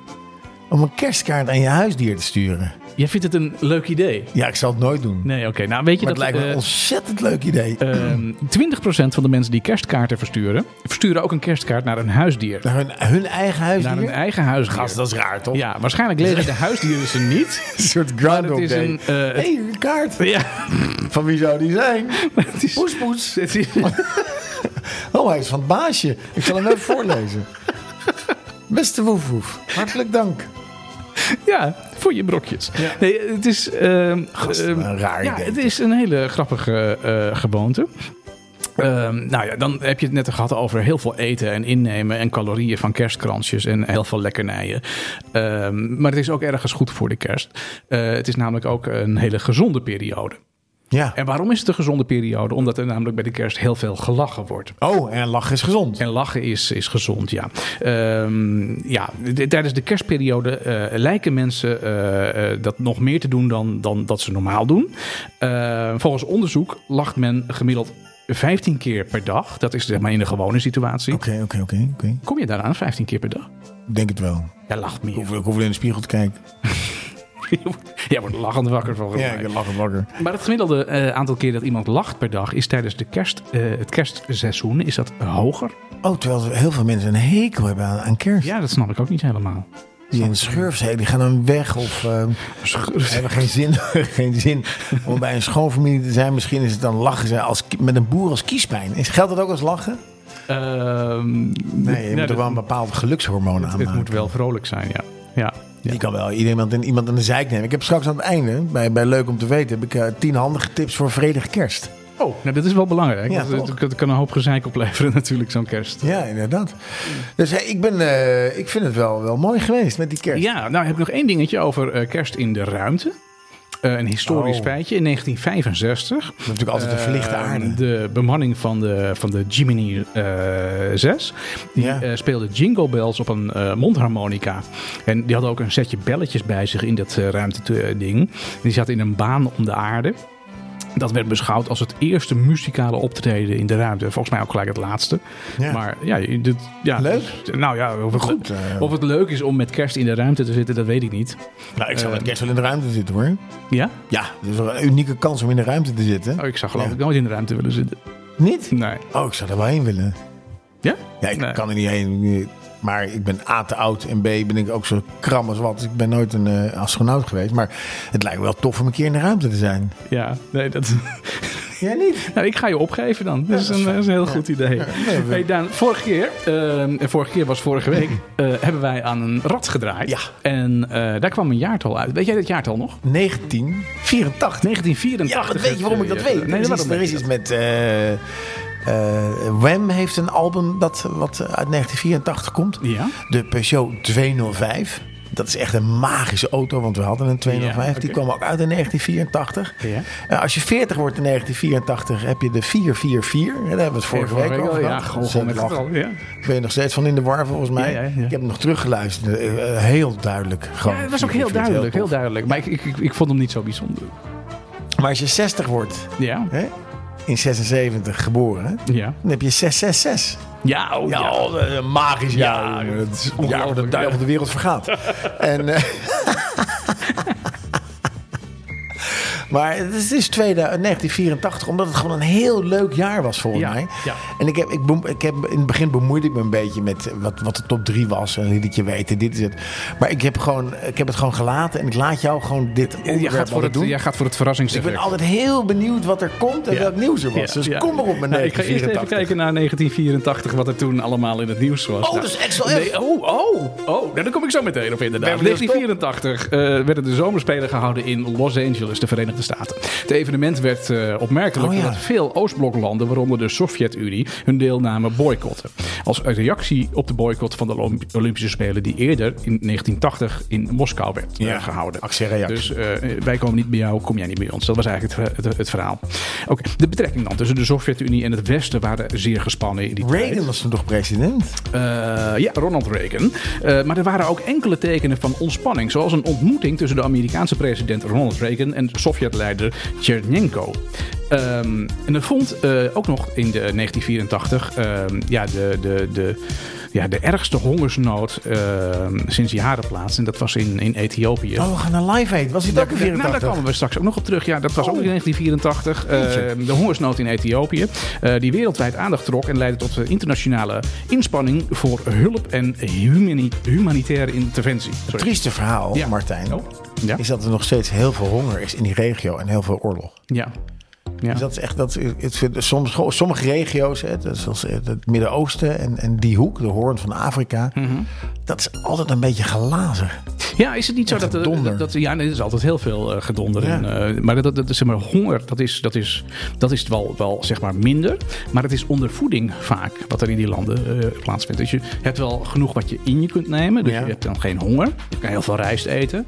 S1: Om een kerstkaart aan je huisdier te sturen.
S2: Jij vindt het een leuk idee?
S1: Ja, ik zal het nooit doen.
S2: Nee, oké. Nou, weet je
S1: maar het
S2: dat...
S1: lijkt me
S2: eh,
S1: een ontzettend leuk idee.
S2: ehm, 20% van de mensen die kerstkaarten versturen, versturen ook een kerstkaart naar een huisdier.
S1: naar hun, hun eigen huisdier.
S2: Naar hun eigen huisdier.
S1: Gast, dat is raar toch?
S2: Ja, waarschijnlijk lezen
S1: <laughs>
S2: de huisdieren ze niet.
S1: Een soort
S2: Maar het
S1: groundhog
S2: is
S1: day.
S2: een, eh,
S1: hey, een kaart.
S2: Ja,
S1: Van wie zou die
S2: <laughs>
S1: zijn?
S2: het is...
S1: Poes, poes.
S2: Het is,
S1: Oh, hij is van het baasje. Ik zal hem
S2: <laughs>
S1: even voorlezen. Beste woef, woef. Hartelijk dank.
S2: Ja, voor je brokjes.
S1: Ja.
S2: Nee, het is, ehm,
S1: Gast,
S2: ehm,
S1: een raar
S2: ja,
S1: idee,
S2: het is een hele grappige eh, gewoonte. Ehm, nou ja, dan heb je het net gehad over heel veel eten en innemen en calorieën van kerstkransjes en heel veel lekkernijen. Ehm, maar het is ook ergens goed voor de kerst. Eh, het is namelijk ook een hele gezonde periode.
S1: Ja.
S2: En waarom is het een gezonde periode? Omdat er namelijk bij de kerst heel veel gelachen wordt.
S1: Oh, en lachen is gezond.
S2: En lachen is, is gezond, ja. Ehm, ja, d- tijdens de kerstperiode eh, lijken mensen eh, eh, dat nog meer te doen dan, dan dat ze normaal doen. Eh, volgens onderzoek lacht men gemiddeld 15 keer per dag. Dat is zeg maar in de gewone situatie.
S1: Oké, oké, oké. oké.
S2: Kom je daaraan 15 keer per dag?
S1: Ik Denk het wel.
S2: Jij lacht <laughs>
S1: Ik hoef,
S2: meer.
S1: ik hoef alleen in de spiegel te kijken.
S2: Jij wordt lachend wakker van.
S1: Ja, ik lach het wakker.
S2: Maar het gemiddelde eh, aantal keer dat iemand lacht per dag is tijdens de kerst, eh, het kerstseizoen is dat hoger.
S1: Oh, terwijl er heel veel mensen een hekel hebben aan, aan kerst.
S2: Ja, dat snap ik ook niet helemaal.
S1: die in schurf zijn, die gaan dan weg of eh, hebben geen zin, <laughs> geen zin om bij een schoonfamilie te zijn. Misschien is het dan lachen ze als, ki- met een boer als kiespijn. Is, geldt dat ook als lachen?
S2: <laughs> Ehm,
S1: Nee, je
S2: nou,
S1: moet er
S2: dat-
S1: wel een bepaald gelukshormoon aan
S2: Het
S1: maken.
S2: moet wel vrolijk zijn, ja. ja. ja.
S1: Je kan wel iemand in, iemand in de zijk nemen. Ik heb straks aan het einde, bij, bij Leuk om te weten, heb ik eh, tien handige tips voor vredige kerst.
S2: Oh, nou, dat is wel belangrijk.
S1: Ja,
S2: want het-
S1: toch?
S2: het kan een hoop gezeik opleveren <laughs> natuurlijk, zo'n kerst.
S1: Ja, inderdaad. Dus eh, ik, ben, eh, ik vind het wel, wel mooi geweest met die kerst.
S2: Ja, nou heb ik nog één dingetje over eh, kerst in de ruimte. Eh, een historisch
S1: Oh.
S2: feitje. In 1965
S1: We hebben natuurlijk altijd de verlichte
S2: Eh,
S1: aarde.
S2: De bemanning van de, van de Jiminy eh 6. Die
S1: Ja.
S2: eh, speelde jingle bells op een eh, mondharmonica. En die hadden ook een setje belletjes bij zich in dat eh, ruimteding. En die zat in een baan om de aarde. Dat werd beschouwd als het eerste muzikale optreden in de ruimte. Volgens mij ook gelijk het laatste.
S1: Ja.
S2: Maar ja, je- dit, ja
S1: Leuk.
S2: dus- nou ja, of het,
S1: Goed, eh.
S2: of het leuk is om met kerst in de ruimte te zitten, dat weet ik niet.
S1: nou, ik zou met kerst wel in de ruimte zitten hoor.
S2: Ja?
S1: Ja, dat is wel een unieke kans om in de ruimte te zitten.
S2: Oh, ik zou geloof
S1: Ja.
S2: ik nooit in de ruimte willen zitten.
S1: Niet?
S2: Nee.
S1: Oh, ik zou er wel heen willen.
S2: Ja?
S1: Ja, ik
S2: Nee.
S1: kan er niet heen. Maar ik ben A te oud en B ben ik ook zo kram als wat. Dus ik ben nooit een eh, astronaut geweest. Maar het lijkt me wel tof om een keer in de ruimte te zijn.
S2: Ja, nee, dat... <laughs>
S1: Jij niet?
S2: Nou, ik ga je opgeven dan. Dat is
S1: dat is
S2: een,
S1: fijn.
S2: dat is een heel goed idee.
S1: nee, we- Mm-hmm.
S2: Hey Daan, vorige keer, eh, en vorige keer was vorige week, eh, hebben wij aan een rat gedraaid.
S1: Ja.
S2: En eh, daar kwam een jaartal uit. Weet jij dat jaartal nog?
S1: 1984.
S2: 1984.
S1: Ja, maar weet je waarom ik dat
S2: Eh,
S1: weet?
S2: Nee,
S1: er,
S2: dat
S1: is,
S2: weet
S1: er is
S2: ik niet.
S1: iets met eh, Wham heeft een album dat, wat uit 1984 komt.
S2: Ja.
S1: De Peugeot 205. Dat is echt een magische auto, want we hadden een 205.
S2: Ja, oké.
S1: Die kwam ook uit in 1984.
S2: Ja.
S1: Eh, als je 40 wordt in 1984, heb je de 444. Daar hebben we het vorige week over gehad.
S2: Ja, gewoon, gewoon met
S1: Dat is, eh,
S2: getal, ja.
S1: ben je nog steeds van in de war volgens mij.
S2: Ja, ja, ja.
S1: Ik heb hem nog teruggeluisterd. Eh, eh, Heel duidelijk. Gewoon.
S2: Ja, dat was ook
S1: Oh, Ik vind
S2: heel
S1: het
S2: duidelijk, heel
S1: tof.
S2: duidelijk. Maar ik, ik, ik, ik vond hem niet zo bijzonder.
S1: Maar als je 60 wordt,
S2: Ja,
S1: hè, in 76 geboren, hè,
S2: ja.
S1: dan heb je 666.
S2: Ja, oh, ja.
S1: Ja, oh, dat is een magisch
S2: Ja,
S1: jaar. jongen. Dat is
S2: ongelooflijk,
S1: ja, waar de
S2: ja.
S1: duivel de wereld
S2: <laughs>
S1: vergaat. en, eh, maar het is, het is 2000 1984, omdat het gewoon een heel leuk jaar was volgens
S2: Ja,
S1: mij.
S2: ja.
S1: En ik heb, ik, bemoe- ik heb, in het begin bemoeide ik me een beetje met wat, wat de top 3 was. Een liedje weten, dit is het. Maar ik heb, gewoon, ik heb het gewoon gelaten en ik laat jou gewoon dit
S2: Jij
S1: onderwerp
S2: gaat, voor
S1: altijd
S2: het,
S1: doen.
S2: jij gaat voor het
S1: Ik ben
S2: verrassingseffect.
S1: altijd heel benieuwd wat er komt en
S2: Ja.
S1: welk nieuws er was.
S2: Ja,
S1: dus
S2: ja.
S1: kom maar op met
S2: Nou, ik ga eerst even
S1: 1984.
S2: kijken naar 1984, wat er toen allemaal in het nieuws was.
S1: Oh,
S2: Nou,
S1: dus Axel F.
S2: nee, oh, oh, oh. Nou, daar kom ik zo meteen op inderdaad.
S1: Ben benieuwd, toch?
S2: 1984 eh, werden de zomerspelen gehouden in Los Angeles, de Verenigde Staten. Het evenement werd eh, opmerkelijk
S1: Oh, ja.
S2: omdat veel Oostbloklanden, waaronder de Sovjet-Unie, hun deelname boycotten. Als reactie op de boycott van de Olymp- Olympische Spelen die eerder in 1980 in Moskou werd eh,
S1: Ja,
S2: gehouden.
S1: actie-reactie.
S2: Dus dus eh, wij komen niet bij jou, kom jij niet bij ons. Dat was eigenlijk het, het, het verhaal. Oké, de betrekking dan tussen de Sovjet-Unie en het Westen waren zeer gespannen in die tijd.
S1: Reagan was toen toch president?
S2: Eh, ja, Ronald Reagan. Eh, maar er waren ook enkele tekenen van ontspanning. Zoals een ontmoeting tussen de Amerikaanse president Ronald Reagan en Sovjet-leider Chernenko. Ehm, en er vond eh, ook nog in de 1984 ehm, ja, de, de, de, ja, de ergste hongersnood ehm, sinds jaren plaats. En dat was in, in Ethiopië.
S1: Oh, we gaan naar Live Aid. Was dit ook in
S2: Nou, daar
S1: 84?
S2: komen we straks ook nog op terug. Ja, dat was ook
S1: Oh.
S2: in 1984. eh, de hongersnood in Ethiopië. eh, die wereldwijd aandacht trok en leidde tot eh, internationale inspanning voor hulp en humani- humanitaire interventie.
S1: Het
S2: Sorry.
S1: trieste verhaal,
S2: Ja.
S1: Martijn,
S2: Oh, ja.
S1: is dat er nog steeds heel veel honger is in die regio en heel veel oorlog.
S2: Ja. Ja.
S1: Dus dat is echt, dat, is- het, vindt- soms, sommige regio's, hè, dat is zoals eh, het Midden-Oosten en, en die hoek, de hoorn van Afrika,
S2: Mhm.
S1: dat is altijd een beetje glazig.
S2: ja, is het niet zo
S1: Echt
S2: dat, eh,
S1: gedonder.
S2: dat... Ja, nee, er is altijd heel veel eh, gedonder.
S1: Ja.
S2: En, eh, maar dat, dat, zeg maar, honger, dat is, dat is, dat is wel, wel zeg maar minder. Maar het is ondervoeding vaak wat er in die landen eh, plaatsvindt. Dus je hebt wel genoeg wat je in je kunt nemen. Dus
S1: Ja.
S2: je hebt dan geen honger. Je kan heel veel rijst eten.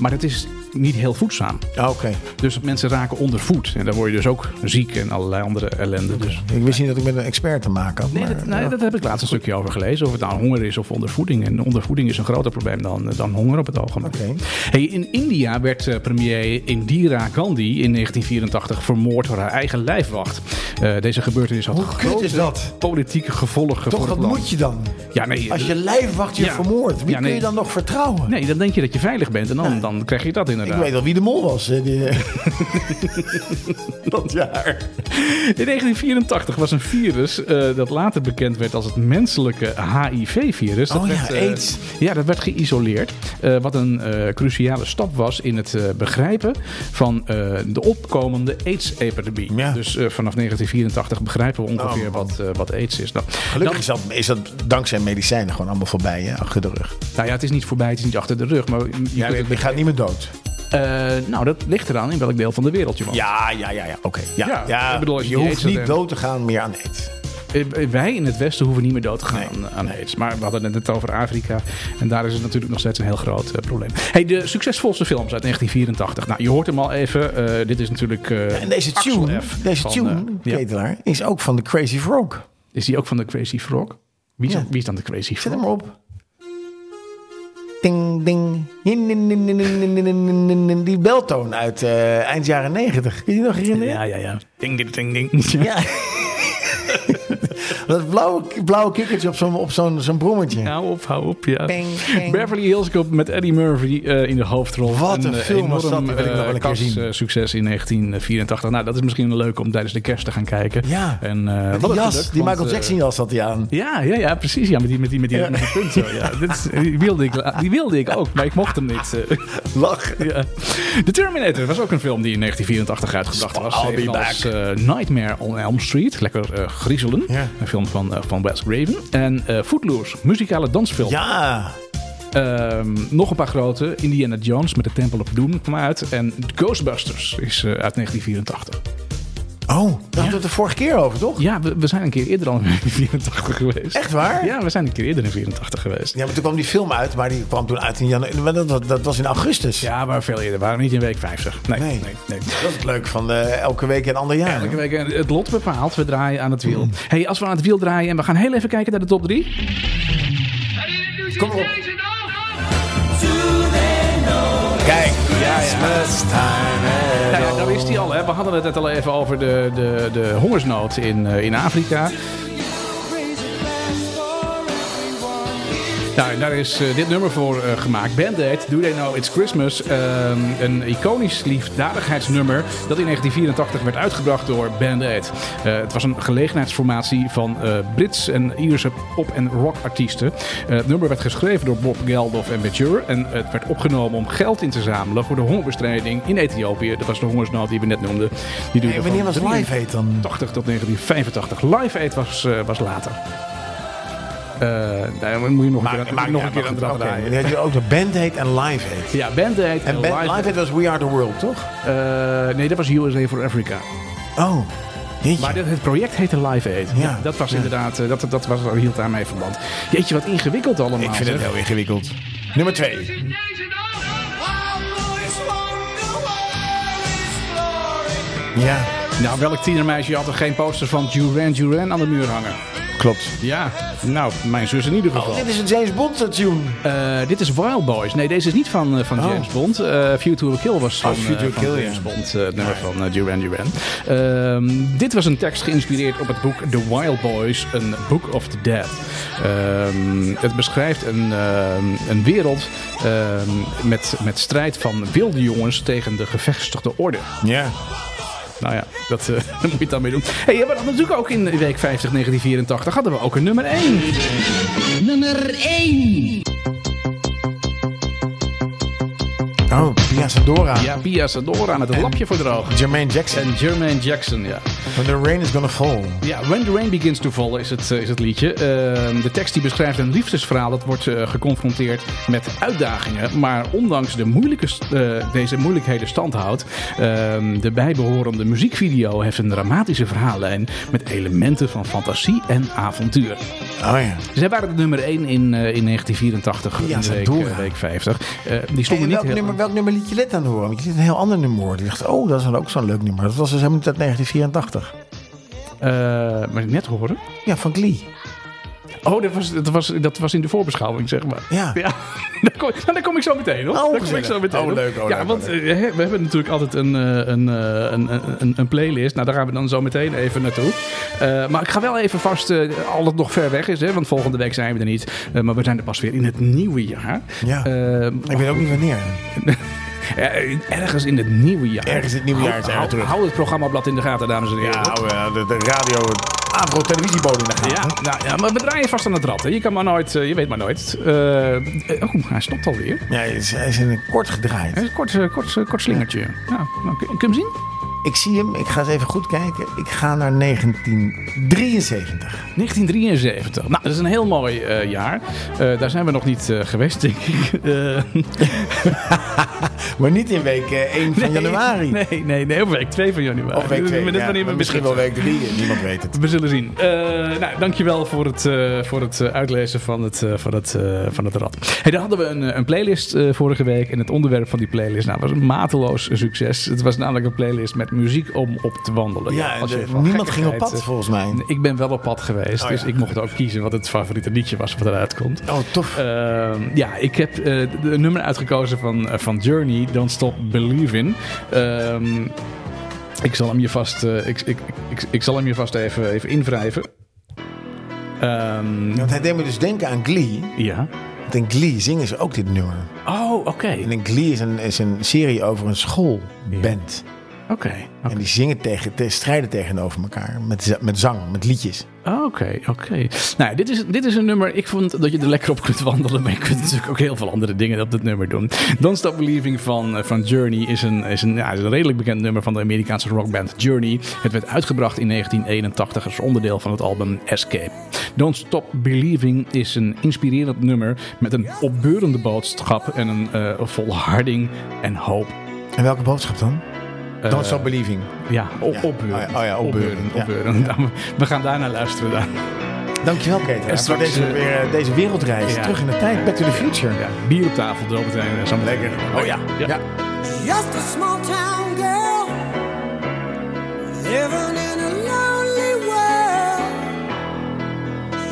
S2: Maar het is niet heel voedzaam.
S1: Oké,
S2: Dus mensen raken ondervoed. En daar word je dus ook ziek en allerlei andere ellende. Dus.
S1: ik wist niet dat ik met een expert te maken had.
S2: Nee,
S1: maar,
S2: dat, nou, nee, dat heb ik laatst een stukje over gelezen. Of het nou honger is of ondervoeding. En ondervoeding is een groter probleem dan, eh, dan honger op het ogenblik.
S1: Oké.
S2: Hey, in India werd eh, premier Indira Gandhi in 1984 vermoord door haar eigen lijfwacht. Eh, deze gebeurtenis had
S1: Hoe kut
S2: grote
S1: is dat?
S2: politieke gevolgen
S1: Toch, wat
S2: voor het land.
S1: moet je dan?
S2: Ja, nee, eh,
S1: Als je lijfwacht je
S2: Ja.
S1: vermoordt, wie
S2: Ja, nee.
S1: kun je dan nog vertrouwen?
S2: nee, dan denk je dat je veilig bent en dan, dan krijg je dat
S1: Ik
S2: inderdaad.
S1: weet al wie de mol was. hè, die-
S2: <laughs>
S1: <laughs> dat jaar.
S2: In 1984 was een virus eh, dat later bekend werd als het menselijke HIV-virus. Dat
S1: Oh ja,
S2: werd, eh,
S1: AIDS.
S2: ja, dat werd geïsoleerd. eh, wat een eh, cruciale stap was in het eh, begrijpen van eh, de opkomende AIDS-epidemie.
S1: Ja. Oh,
S2: Dus eh, vanaf 1984 begrijpen we ongeveer wat, eh, wat AIDS is. Nou,
S1: Gelukkig
S2: dan-
S1: is dat, is dat dankzij medicijnen gewoon allemaal voorbij, hè, achter de rug.
S2: nou ja, het is niet voorbij, het is niet achter de rug. Maar je
S1: Ja,
S2: kunt
S1: je
S2: het-
S1: gaat niet meer dood.
S2: eh, nou, dat ligt eraan in welk deel van de wereld je woont.
S1: Ja, ja, ja, ja. Oké. Ja,
S2: Ja,
S1: ja,
S2: ik bedoel, als je
S1: je
S2: die
S1: hoeft
S2: aids
S1: niet
S2: had,
S1: dood te gaan meer aan aids.
S2: Eh, Wij in het Westen hoeven niet meer dood te gaan aan AIDS. Maar we hadden het net over Afrika. En daar is het natuurlijk nog steeds een heel groot eh, probleem. Hey, de succesvolste films uit 1984. Nou, je hoort hem al even. Eh, dit is natuurlijk. eh,
S1: En deze
S2: Axel
S1: tune,
S2: F.
S1: deze
S2: van, eh,
S1: tune,
S2: ja.
S1: Ketelaar, is ook van de Crazy Frog.
S2: Is die ook van de Crazy Frog? Wie is,
S1: Ja.
S2: dan, wie is dan de Crazy
S1: Zet
S2: Frog?
S1: hem maar op. Ding, ding. Nin, nin, nin, nin, nin, nin, nin, nin, nin, nin. Die beltoon uit eh, eind jaren negentig. Kun je die nog herinneren?
S2: Ja, ja, ja. Ding, ding, ding, ding. Ja.
S1: <laughs> dat blauwe, blauwe kikkertje op zo'n op zo'n zo'n brommetje.
S2: Hou op, hou op, ja.
S1: Ping, ping.
S2: Beverly Hills Cop met Eddie Murphy eh, in de hoofdrol.
S1: Wat een
S2: eh,
S1: film was dat,
S2: enorm,
S1: die wil ik nog
S2: eh,
S1: wel een keer
S2: kas,
S1: zien.
S2: eh, succes in 1984. Nou, dat is misschien leuk om tijdens de kerst te gaan kijken.
S1: Ja.
S2: En, eh, wat
S1: Die
S2: een
S1: jas,
S2: geluk,
S1: die
S2: want,
S1: Michael
S2: eh,
S1: Jackson jas had hij aan.
S2: Ja, ja, ja, precies. Ja, met die, met die, met die, met die punt. zo,
S1: <laughs>
S2: Ja. Dit is- die, wilde ik, la- die wilde ik ook, maar ik mocht hem niet. eh. <laughs>
S1: Lach.
S2: Ja. The Terminator was ook een film die in 1984 uitgebracht was.
S1: I'll be
S2: Evenals, eh, Nightmare on Elm Street. Lekker eh, griezelen.
S1: Ja.
S2: Een film van, eh, van Wes Craven. En eh, Footloose, muzikale dansfilm.
S1: Ja.
S2: Ehm, nog een paar grote. Indiana Jones met de Temple of Doom kwam uit. En Ghostbusters is eh, uit 1984.
S1: Oh, daar hadden we het de vorige keer over, toch?
S2: Ja, we, we zijn een keer eerder al in <laughs> 84 geweest.
S1: Echt waar?
S2: Ja, we zijn een keer eerder in 84 geweest.
S1: Ja, maar toen kwam die film uit, maar die kwam toen uit in januari. maar Dat, dat, dat was in augustus.
S2: Ja, maar veel eerder. We waren niet in week 50. Nee, nee,
S1: Nee.
S2: nee.
S1: Dat is het leuk van eh, elke week een ander jaar.
S2: Elke week eh, het lot bepaalt. We draaien aan het wiel. hey, als we aan het wiel draaien en we gaan heel even kijken naar de top 3.
S1: Kom op. Kijk, Christmas time.
S2: Nou ja, daar is die al. Hè. We hadden het net al even over de, de, de hongersnood in, eh, in Afrika. Nou, en daar is eh, dit nummer voor eh, gemaakt. Band-Aid, Do They Know It's Christmas. Ehm, een iconisch liefdadigheidsnummer dat in 1984 werd uitgebracht door Band-Aid. Eh, het was een gelegenheidsformatie van eh, Brits en Ierse pop- en rockartiesten. Eh, het nummer werd geschreven door Bob Geldof en Mature. En het werd opgenomen om geld in te zamelen voor de hongerbestrijding in Ethiopië. Dat was de hongersnood die we net noemden. Die duurde
S1: Hey, wanneer
S2: van
S1: was Live Heet dan?
S2: 80 tot 1985. Live Aid was, eh, was later. Eh daar moet je nog een keer, aan- nog een keer aan
S1: Oké,
S2: draaien.
S1: dan had je ook de band heet en live heet.
S2: Ja, Band Aid
S1: En band, live heet was We Are The World, toch?
S2: eh, nee, dat was USA for Africa.
S1: Oh, jeetje.
S2: Maar dit- het project heette Live Aid. Ja,
S1: Ja,
S2: dat was
S1: ja.
S2: inderdaad, eh, dat, dat was, hield daarmee verband. Jeetje, wat ingewikkeld allemaal.
S1: Ik vind het
S2: zeg.
S1: heel ingewikkeld. Nummer twee. Ja,
S2: Nou, welk tienermeisje had er geen poster van Duran Duran aan de muur hangen?
S1: klopt.
S2: Ja, nou, mijn zus in ieder geval.
S1: Dit is een James Bond tune.
S2: Eh, dit is Wild Boys. Nee, deze is niet van, eh, van
S1: Oh.
S2: James Bond. Eh View to a Kill was van,
S1: Oh, View
S2: eh,
S1: to a
S2: van
S1: Kill, ja.
S2: James Bond. eh, het nummer van eh, Duran Duran. Ehm, dit was een tekst geïnspireerd op het boek The Wild Boys, een Book of the Dead. Ehm, het beschrijft een, ehm, een wereld ehm, met, met strijd van wilde jongens tegen de gevestigde orde.
S1: Ja.
S2: Nou ja, dat eh, <laughs> daar moet je het dan mee doen. Hey, we hadden natuurlijk ook in week 50 1984 hadden we ook een nummer 1.
S3: Nummer 1.
S1: Oh, Pia Sadora.
S2: Ja, Pia Sadora met het lapje voor de ogen.
S1: Jermaine Jackson.
S2: En Jermaine Jackson, ja.
S1: When the rain is gonna fall.
S2: Ja, When the Rain Begins to Fall is het, eh, is het liedje. Ehm, de tekst die beschrijft een liefdesverhaal dat wordt eh, geconfronteerd met uitdagingen. Maar ondanks de moeilijke, st- eh, deze moeilijkheden standhoudt. ehm, de bijbehorende muziekvideo heeft een dramatische verhaallijn met elementen van fantasie en avontuur.
S1: Oh ja.
S2: Zij waren de nummer 1 in, eh, in 1984,
S1: Ja,
S2: in de week,
S1: Zadora.
S2: eh, week 50. Eh, die
S1: En
S2: stonden niet
S1: welk,
S2: heel...
S1: nummer, welk nummer liet je let aan horen? Want je liet een heel ander nummer horen. Je dacht, oh, dat is dan ook zo'n leuk nummer. Dat was dus helemaal niet uit 1984.
S2: Eh, maar net horen.
S1: Ja, van Glee.
S2: Oh, dat was, dat, was, dat was in de voorbeschouwing, zeg maar.
S1: Ja.
S2: <laughs> daar, kom, nou, daar kom ik zo meteen op.
S1: Oh,
S2: daar kom ik
S1: gezellig.
S2: zo meteen
S1: Oh,
S2: op.
S1: leuk, oh,
S2: ja,
S1: leuk,
S2: want
S1: oh,
S2: eh, hè, we hebben natuurlijk altijd een, eh, een, eh, een, een, een playlist. Nou, daar gaan we dan zo meteen even naartoe. Eh, maar ik ga wel even vast, eh, al het nog ver weg is, hè, want volgende week zijn we er niet. Eh, maar we zijn er pas weer in het nieuwe jaar.
S1: Ja.
S2: Eh,
S1: Ik weet ook niet wanneer.
S2: eh, ergens in het nieuwe jaar.
S1: Ergens in het nieuwe
S2: Hou-
S1: jaar zijn we
S2: hou,
S1: terug.
S2: Hou het programmablad in de gaten, dames en heren.
S1: eh, de, radio, avro televisiebodem in de gaten.
S2: Ja, nou, ja, maar we draaien vast aan het rad. Hè. Je, kan maar nooit, eh, je weet maar nooit. Eh, eh, oh, hij stopt alweer.
S1: Ja, hij is, hij is in een kort gedraaid.
S2: Hij is een kort, eh, kort, eh, kort slingertje. Ja, nou, kun, kun je hem zien?
S1: Ik zie hem, ik ga eens even goed kijken. Ik ga naar 1973.
S2: 1973. Nou, dat is een heel mooi eh, jaar. Eh, daar zijn we nog niet eh, geweest, denk <laughs> ik. Eh,
S1: Maar niet in week eh, 1 van januari.
S2: Nee, nee, nee. Op week 2 van januari.
S1: Of week 2.
S2: Met- met wanneer we
S1: misschien wel
S2: beschikken.
S1: week 3. Niemand weet het.
S2: We zullen zien. Eh nou, dankjewel voor het, eh, voor het eh, uitlezen van het, eh, van het, eh, van het rad. Hey, daar hadden we een, eh, een playlist eh, vorige week. En het onderwerp van die playlist nou, was een mateloos succes. Het was namelijk een playlist met muziek om op te wandelen.
S1: Ja, en
S2: als je
S1: de-
S2: van
S1: niemand ging op
S2: gekkigheid,
S1: pad
S2: eh,
S1: volgens mij.
S2: Ik ben wel op pad geweest,
S1: Oh,
S2: dus
S1: ja.
S2: ik mocht ook kiezen wat het favoriete liedje was wat eruit komt.
S1: Oh, tof.
S2: Ehm, ja, ik heb eh, de- de nummer uitgekozen van, eh, van Journey, Don't Stop Believing. Ehm, ik zal hem je vast, eh, ik, ik, ik, ik zal hem je vast even, even invrijven. Ehm,
S1: Want hij deed me dus denken aan Glee.
S2: ja.
S1: Want in Glee zingen ze ook dit nummer.
S2: Oh, oké.
S1: En in Glee is een, is een serie over een schoolband.
S2: Oké. oké.
S1: En die zingen tegen, te, strijden tegenover elkaar. Met, z- met zang, met liedjes.
S2: Oké, Ah, oké. Nou, ja, dit is, dit is een nummer. Ik vond dat je er lekker op kunt wandelen. Maar je kunt natuurlijk ook heel veel andere dingen op dit nummer doen. Don't Stop Believing van, eh, van Journey is een, is, een, ja, is een redelijk bekend nummer van de Amerikaanse rockband Journey. Het werd uitgebracht in 1981 als onderdeel van het album Escape. Don't Stop Believing is een inspirerend nummer met een opbeurende boodschap en een eh, volharding en hoop.
S1: En welke boodschap dan?
S2: Eh,
S1: Dan Stop Believing.
S2: Ja, op,
S1: Ja.
S2: opbeuren.
S1: Oh ja, oh ja, opbeuren. Ja.
S2: opbeuren. opbeuren. Dan- <laughs> we gaan daarna luisteren. Dan.
S1: Dankjewel, Kate. En voor
S2: straks,
S1: deze,
S2: eh,
S1: weer, eh, deze wereldreis.
S2: ja.
S1: Terug in de tijd. Back to the future.
S2: Ja, bier op tafel, zo meteen. eh, zo meteen.
S1: Oh ja.
S2: Ja.
S1: ja.
S4: Just a small town girl living in a lonely world.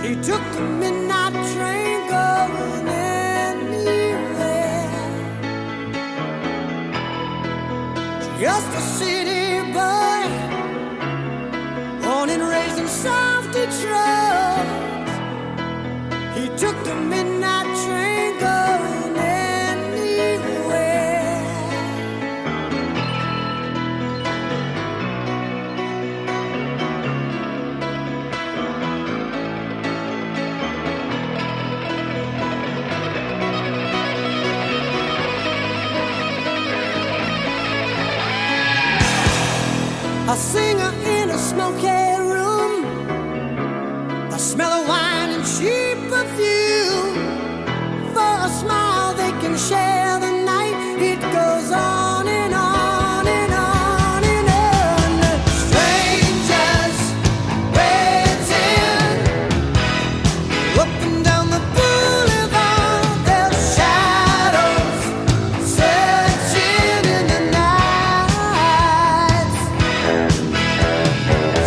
S4: She took the midnight train going anywhere. Just a city boy, born and raised in South Detroit. He took the midnight train going anywhere. A singer in a smoky room. The smell of wine and cheap perfume. For a smile, they can share the night. It goes on and on and on and on. Strangers waiting. Up and down the boulevard, their shadows searching in the night.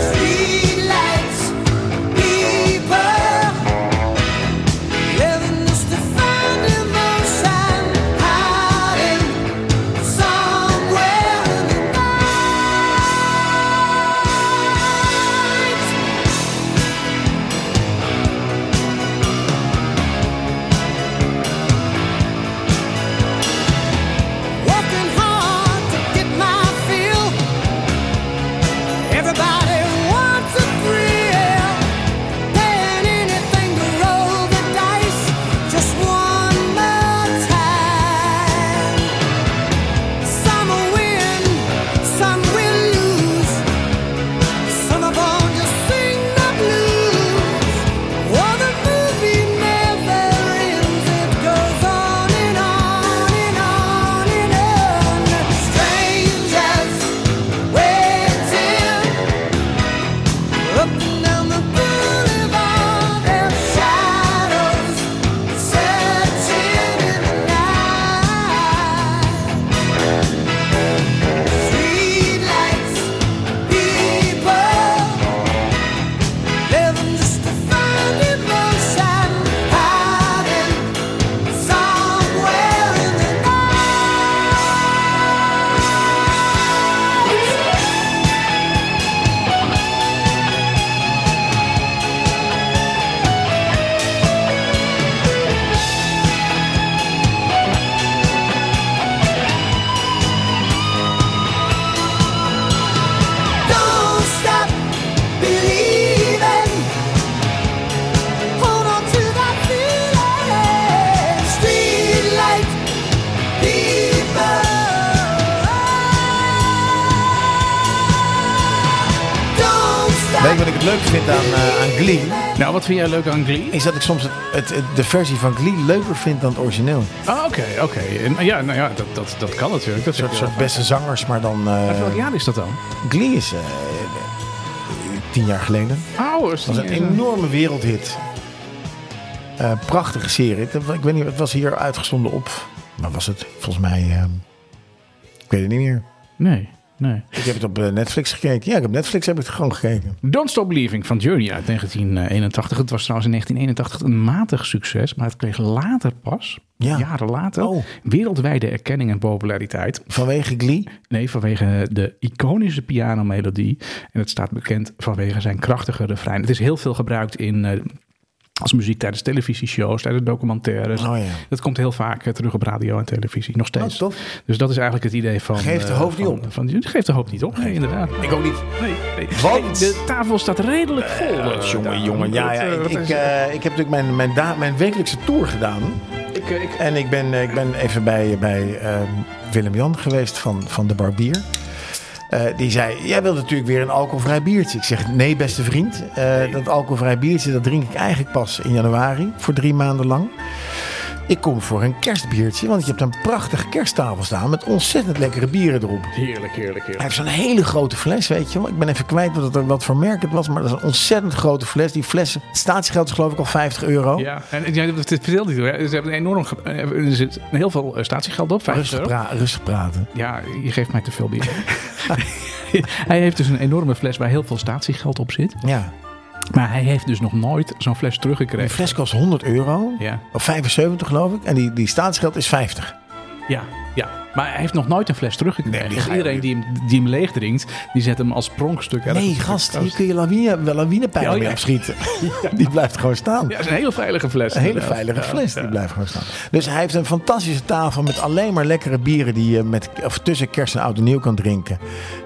S4: Streetlights, people, living just to find emotion, hiding somewhere in the night. Working hard to get my fill. Everybody wants a thrill. Paying anything to roll the dice just one more time. Some will win, some will lose. Some are born to sing the blues. Oh, the movie never ends. It goes on and on and on and on. Strangers waiting up and down the boulevard. Their shadows searching in the night. Streetlights, people. Living just to find emotion, hiding somewhere in the night. Don't stop believing. Hold on to that feeling. Streetlight people. Don't stop.
S1: Weet je wat ik het leuk vind aan, eh, aan Glee?
S2: Nou, wat vind jij leuk aan Glee?
S1: Is dat ik soms het, het- het- de versie van Glee leuker vind dan het origineel. Een
S2: Ah, oké, oké. En, Ja, nou ja, dat, dat, dat kan natuurlijk. Dat
S1: soort,
S2: is
S1: soort beste zangers, maar dan... eh,
S2: Uit welk jaar is dat dan?
S1: Glee is eh, tien jaar geleden.
S2: Oh, is
S1: Dat was een enorme wereldhit. Eh, prachtige serie. Dat- Ik weet niet, het was hier uitgezonden op... Waar was het? Volgens mij... eh, ik weet het niet meer.
S2: Nee, nee.
S1: Ik heb het op eh, Netflix gekeken. Ja, ik heb Netflix heb ik het gewoon gekeken.
S2: Don't Stop Believing van Journey uit 1981. Het was trouwens in 1981 een matig succes, maar het kreeg later pas,
S1: Ja.
S2: jaren later,
S1: Oh.
S2: wereldwijde erkenning en populariteit.
S1: Vanwege Glee.
S2: Nee, vanwege de iconische pianomelodie. En het staat bekend vanwege zijn krachtige refrein. Het is heel veel gebruikt in, eh, als muziek tijdens televisieshows, tijdens documentaires.
S1: Oh ja.
S2: Dat komt heel vaak eh, terug op radio en televisie, nog steeds.
S1: Oh, tof.
S2: Dus dat is eigenlijk het idee van...
S1: Geef de
S2: eh,
S1: hoop niet
S2: van-
S1: op.
S2: Van, geef de hoop niet op, nee, inderdaad.
S1: Ik ook niet.
S2: Nee, nee.
S1: Want-
S2: Nee, de tafel staat redelijk vol. eh,
S1: Jongen,
S2: daar.
S1: jongen. Ja,
S2: Dat,
S1: ja,
S2: eh,
S1: ik,
S2: wat
S1: ik,
S2: is-
S1: eh, ik heb natuurlijk mijn, mijn, da- mijn wekelijkse tour gedaan.
S2: ik, eh, ik-
S1: En ik ben, ik ben even bij, bij ehm, Willem-Jan geweest van, van de barbier. Eh, die zei, jij wilt natuurlijk weer een alcoholvrij biertje. Ik zeg, nee beste vriend, eh, dat alcoholvrij biertje dat drink ik eigenlijk pas in januari voor drie maanden lang. Ik kom voor een kerstbiertje, want je hebt een prachtige kersttafel staan met ontzettend lekkere bieren erop.
S2: Heerlijk, heerlijk, heerlijk.
S1: Hij heeft zo'n hele grote fles, weet je wel. Ik ben even kwijt wat, het, wat voor merk het was, maar dat is een ontzettend grote fles. Die fles, het statiegeld is geloof ik al 50 euro.
S2: Ja, en jij dat vertelde hij. toch, hè? Ze hebben een enorm, ge- eh, er zit heel veel eh, statiegeld op. 50
S1: rustig,
S2: euro.
S1: pra- rustig praten.
S2: Ja, je geeft mij te veel bier. <laughs> hij heeft dus een enorme fles waar heel veel statiegeld op zit.
S1: Ja.
S2: Maar hij heeft dus nog nooit zo'n fles
S1: Een
S2: teruggekregen.
S1: fles kost 100 euro,
S2: Ja.
S1: of 75 geloof ik. En die, die statiegeld is 50.
S2: Ja, ja. Maar hij heeft nog nooit een fles teruggekregen.
S1: Nee, die
S2: Dus
S1: ga je
S2: iedereen die hem, die hem leeg drinkt, die zet hem als pronkstuk. ergens
S1: Nee,
S2: op de
S1: gast, hier
S2: kast.
S1: kun je lawine, wel lawinepijlen
S2: Ja, oh
S1: mee
S2: <laughs> ja.
S1: opschieten. <laughs> Die blijft gewoon staan.
S2: Ja, het is een hele veilige fles.
S1: Een hele
S2: inderdaad.
S1: veilige
S2: Ja,
S1: fles,
S2: ja.
S1: die blijft gewoon staan. Dus hij heeft een fantastische tafel met alleen maar lekkere bieren die je met, of tussen kerst en oud en nieuw kan drinken.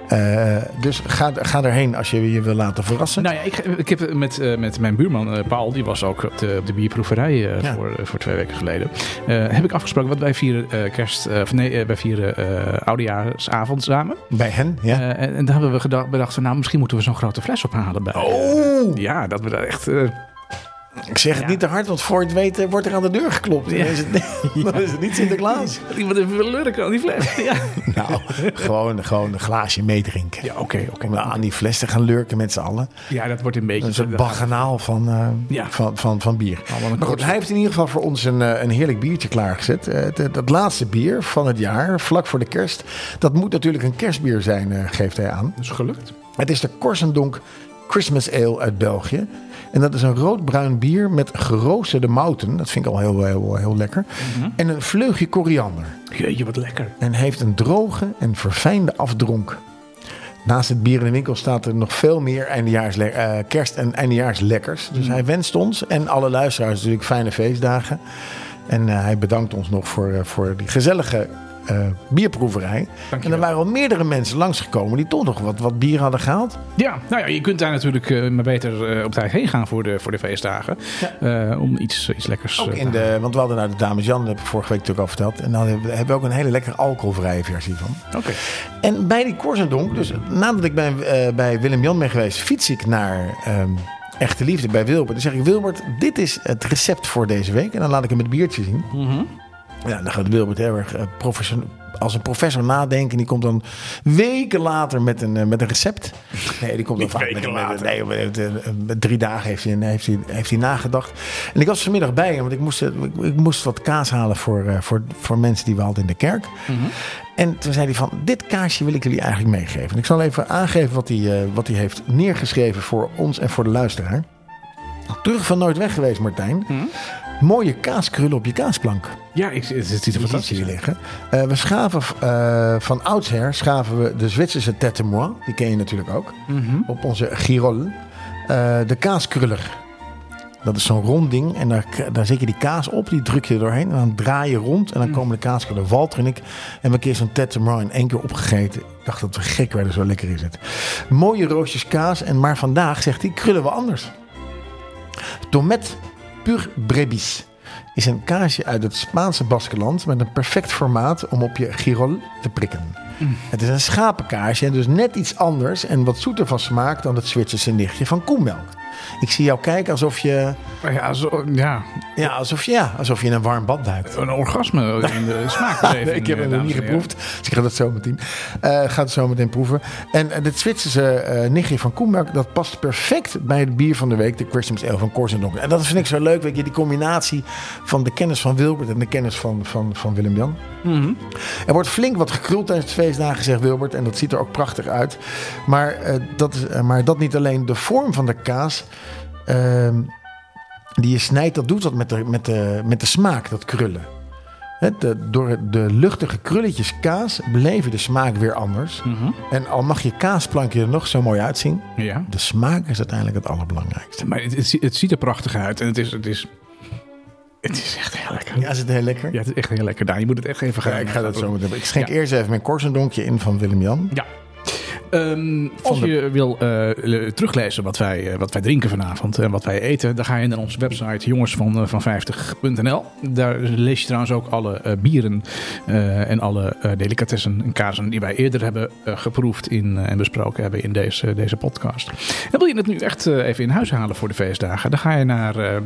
S1: Eh, dus ga, ga erheen als je je wil laten verrassen.
S2: Nou ja, ik, ik heb met, eh, met mijn buurman eh, Paul, die was ook op de, op de bierproeverij eh,
S1: Ja.
S2: voor, eh, voor twee weken geleden. eh, heb ik afgesproken, want wij vieren eh, kerst, eh, of nee, eh, wij vieren eh oudejaarsavond samen.
S1: Bij hen, ja.
S2: Eh, en, en daar hebben we gedacht, bedacht van, nou, misschien moeten we zo'n grote fles ophalen bij. eh,
S1: Oeh,
S2: Oh! Ja, dat we daar echt... eh,
S1: ik zeg het
S2: ja.
S1: niet te hard, want voor het weten wordt er aan de deur geklopt. Dan is het, <laughs> dan is het niet Sinterklaas.
S2: iemand even wil lurken aan die fles. <laughs> Ja,
S1: Nou, gewoon, gewoon een glaasje meedrinken.
S2: ja oké, oké.
S1: Om aan die fles te gaan lurken met z'n allen.
S2: Ja, dat wordt een beetje...
S1: Een soort baganaal van, eh,
S2: Ja.
S1: van, van, van bier.
S2: Allemaal een
S1: Maar goed,
S2: korte-
S1: hij heeft in ieder geval voor ons een, eh, een heerlijk biertje klaargezet. Eh, het- dat laatste bier van het jaar, vlak voor de kerst. Dat moet natuurlijk een kerstbier zijn, eh, geeft hij aan.
S2: is gelukt.
S1: Het is de Korsendonk Christmas Ale uit België. En dat is een roodbruin bier met geroosterde mouten. Dat vind ik al heel, heel, heel lekker. En een vleugje koriander.
S2: Jeetje, wat lekker.
S1: En heeft een droge en verfijnde afdronk. Naast het bier in de winkel staat er nog veel meer eindejaars, eh, kerst- en eindejaarslekkers. Dus hij wenst ons en alle luisteraars natuurlijk fijne feestdagen. En eh, hij bedankt ons nog voor, eh, voor die gezellige eh, bierproeverij. En er waren al meerdere mensen langsgekomen die toch nog wat, wat bier hadden gehaald.
S2: Ja, nou ja, je kunt daar natuurlijk eh, maar beter eh, op tijd heen gaan voor de, voor de feestdagen. Eh, om iets, iets lekkers...
S1: Ook
S2: eh,
S1: in de, want we hadden naar de dames Jan, dat heb ik vorige week natuurlijk al verteld. En dan hebben we- hebben we ook een hele lekkere alcoholvrije versie van.
S2: Oké.
S1: En bij die Korsendonk, dus nadat ik bij, eh, bij Willem-Jan ben geweest, fiets ik naar ehm, Echte Liefde bij Wilbert. Dan zeg ik, Wilbert, dit is het recept voor deze week. En dan laat ik hem het biertje zien. Ja, dan gaat Wilbert heel erg eh, profession- als een professor nadenken. Die komt dan weken later met een, eh, met een recept. Nee, die komt dan vaak met,
S2: <laughs> weken
S1: een-
S2: later.
S1: met, nee, met, eh, met drie dagen heeft hij, heeft, hij, heeft hij nagedacht. En ik was vanmiddag bij hem, want ik moest, eh, ik, ik moest wat kaas halen voor, eh, voor, voor mensen die we hadden in de kerk.
S2: Mhm.
S1: En toen zei hij van, dit kaasje wil ik jullie eigenlijk meegeven. En ik zal even aangeven wat hij, eh, wat hij heeft neergeschreven voor ons en voor de luisteraar. Terug van nooit weg geweest, Martijn.
S2: Mhm.
S1: Mooie kaaskrullen op je kaasplank
S2: Ja, ik, het, het ziet er
S1: positie
S2: fantastisch uit.
S1: liggen. Eh, we schaven eh, van oudsher schaven we de Zwitserse tête moi, die ken je natuurlijk ook,
S2: Mhm.
S1: op onze girol. Eh, de kaaskruller. Dat is zo'n rond ding en daar, daar zet je die kaas op, die druk je er doorheen en dan draai je rond en dan komen de kaaskrullen. Walter en ik hebben een keer zo'n tête moi in één keer opgegeten. Ik dacht dat we gek werden, zo lekker is het. Mooie roosjes kaas, en maar vandaag, zegt hij, krullen we anders. Tomet Pur Brebis is een kaasje uit het Spaanse Baskeland met een perfect formaat om op je girol te prikken. Het is een schapenkaasje en dus net iets anders en wat zoeter van smaak dan het Zwitserse nichtje van koemelk. Ik zie jou kijken alsof je,
S2: Ja, zo, ja,
S1: ja, alsof je, ja, alsof je in een warm bad duikt.
S2: een orgasme in
S1: <laughs>
S2: de smaakbeleving.
S1: Nee, ik heb
S2: eh,
S1: hem nog
S2: dames
S1: niet
S2: en heren.
S1: geproefd. Dus ik ga dat zo meteen, eh, ga het zo meteen proeven. En eh, dit Zwitserse eh nichtje van Koenberg, dat past perfect bij het bier van de week, de Christmas Ale van Korsendonk. En dat vind ik zo leuk, weet je, die combinatie van de kennis van Wilbert en de kennis van, van, van Willem-Jan.
S2: Mhm.
S1: Er wordt flink wat gekruld tijdens de feestdagen, zegt Wilbert. En dat ziet er ook prachtig uit. Maar, eh, dat, is- eh, maar dat niet alleen de vorm van de kaas. ehm, die je snijdt, dat doet wat met de, met de, met de smaak, dat krullen. Hè, de, door de luchtige krulletjes kaas beleven de smaak weer anders.
S2: Mhm.
S1: En al mag je kaasplankje er nog zo mooi uitzien,
S2: Ja.
S1: de smaak is uiteindelijk het allerbelangrijkste.
S2: Maar het, het, zie- het ziet er prachtig uit en het is, het is, het is echt heel lekker. Ja.
S1: Ja, is het heel lekker?
S2: het is echt heel lekker daar. Je moet het echt even gaan.
S1: Ja, ik ga dat zo meteen. Ik schenk
S2: Ja.
S1: eerst even mijn korsendonkje in van Willem-Jan.
S2: Ja. Ehm, als
S1: de-
S2: je wil eh, le- teruglezen wat wij, eh, wat wij drinken vanavond en wat wij eten, dan ga je naar onze website jongens van, van 50.nl. Daar lees je trouwens ook alle eh, bieren eh, en alle eh, delicatessen en kazen die wij eerder hebben eh, geproefd in, eh, en besproken hebben in deze, deze podcast. En wil je het nu echt eh, even in huis halen voor de feestdagen, dan ga je naar eh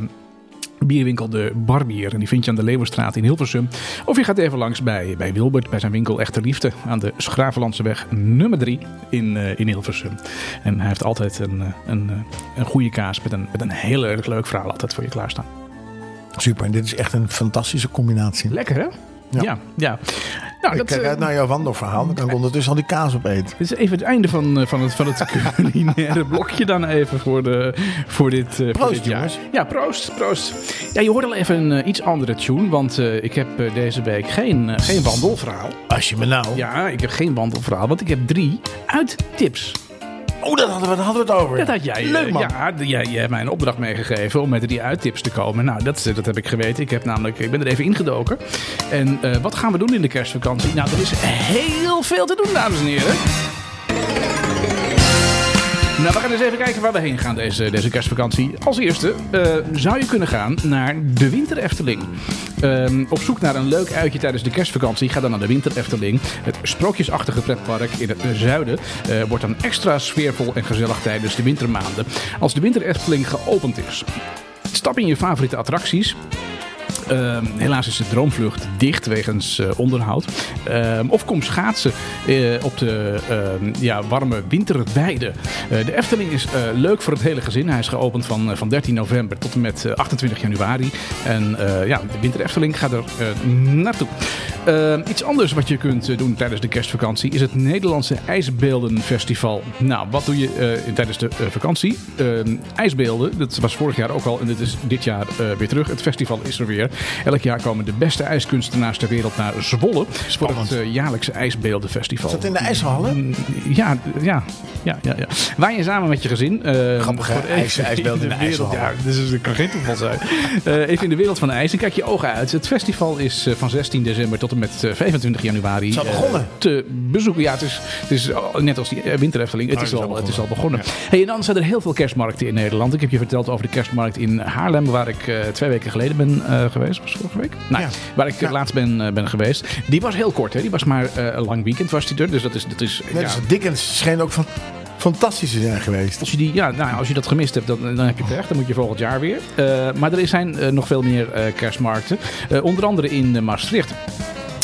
S2: bierwinkel De Barbier. En die vind je aan de Leeuwenstraat in Hilversum. Of je gaat even langs bij, bij Wilbert, bij zijn winkel Echte Liefde. Aan de Schravenlandseweg nummer 3 in, eh, in Hilversum. En hij heeft altijd een, eh, een, eh, een goede kaas met een, met een heel erg leuk verhaal altijd voor je klaarstaan.
S1: Super, en dit is echt een fantastische combinatie.
S2: Lekker hè? Ja. ja, Nou,
S1: Ik
S2: dat,
S1: kijk
S2: eh,
S1: uit naar jouw wandelverhaal. Dan kan ik ondertussen al die kaas opeten.
S2: dit is even het einde van, eh, van, het, van
S1: <laughs>
S2: het culinaire blokje dan even voor, de, voor dit, eh, voor
S1: Proost,
S2: dit jaar.
S1: jongens.
S2: Ja, proost, proost. Ja, je hoort al even een eh, iets andere tune, want eh, ik heb eh, deze week geen, eh, geen wandelverhaal.
S1: Als je me nou...
S2: Ja, ik heb geen wandelverhaal, want ik heb drie uit tips.
S1: Oh, dat hadden we, daar hadden we het over.
S2: Dat had jij.
S1: Leuk,
S2: eh,
S1: man.
S2: Ja, d- jij, jij hebt mij een opdracht meegegeven om met die uittips te komen. Nou, dat, dat heb ik geweten. Ik, heb namelijk, ik ben er even ingedoken. En eh, wat gaan we doen in de kerstvakantie? Nou, er is heel veel te doen, dames en heren. Nou, we gaan eens even kijken waar we heen gaan deze, deze kerstvakantie. Als eerste eh, zou je kunnen gaan naar de Winter Efteling. Ehm, op zoek naar een leuk uitje tijdens de kerstvakantie, ga dan naar de Winter Efteling. Het sprookjesachtige pretpark in het eh, zuiden eh, wordt dan extra sfeervol en gezellig tijdens de wintermaanden. Als de Winter Efteling geopend is. Stap in je favoriete attracties. Ehm, helaas is de droomvlucht dicht wegens eh, onderhoud. Ehm, of kom schaatsen eh, op de ehm, ja, warme winterweide. Eh, de Efteling is eh, leuk voor het hele gezin. Hij is geopend van, eh, van 13 november tot en met eh, 28 januari. En eh, ja, de Winter Efteling gaat er eh, naartoe. Ehm, iets anders wat je kunt eh, doen tijdens de kerstvakantie is het Nederlandse IJsbeeldenfestival. Nou, wat doe je eh, tijdens de eh, vakantie? Ehm, ijsbeelden, dat was vorig jaar ook al en dit is dit jaar eh, weer terug. Het festival is er weer. Elk jaar komen de beste ijskunstenaars ter wereld naar Zwolle voor het eh, jaarlijkse IJsbeeldenfestival.
S1: Is dat in de ijshallen?
S2: Mm, Ja, ja, ja, ja, ja. Waar je samen met je gezin. eh,
S1: Grappig, hè?
S2: voor even
S1: IJs- ijsbeelden in de
S2: wereld-
S1: ijshal.
S2: Ja, dus dat kan geen toeval zijn. Eh, even in de wereld van ijs en kijk je ogen uit. Het festival is eh, van 16 december tot en met eh, 25 januari.
S1: is al
S2: eh,
S1: begonnen.
S2: te bezoeken. Ja, het is, het is al- net als die eh, winterefteling. Het,
S1: Oh,
S2: is al, het is al begonnen. Hey, en dan zijn er heel veel kerstmarkten in Nederland. Ik heb je verteld over de kerstmarkt in Haarlem, waar ik eh, twee weken geleden ben eh, geweest. Was het vorige week? Nou,
S1: Ja.
S2: waar ik eh,
S1: Ja.
S2: laatst ben, eh, ben geweest. Die was heel kort, hè? Die was maar eh, een lang weekend was die er. Dus dat is, dat is
S1: Net
S2: ja,
S1: als Dickens scheen ook van, fantastisch te zijn geweest.
S2: als je, die, ja, nou, als je dat gemist hebt, dan, dan heb je pech. Dan moet je volgend jaar weer. Eh, maar er zijn eh, nog veel meer eh, kerstmarkten. Eh, onder andere in eh, Maastricht.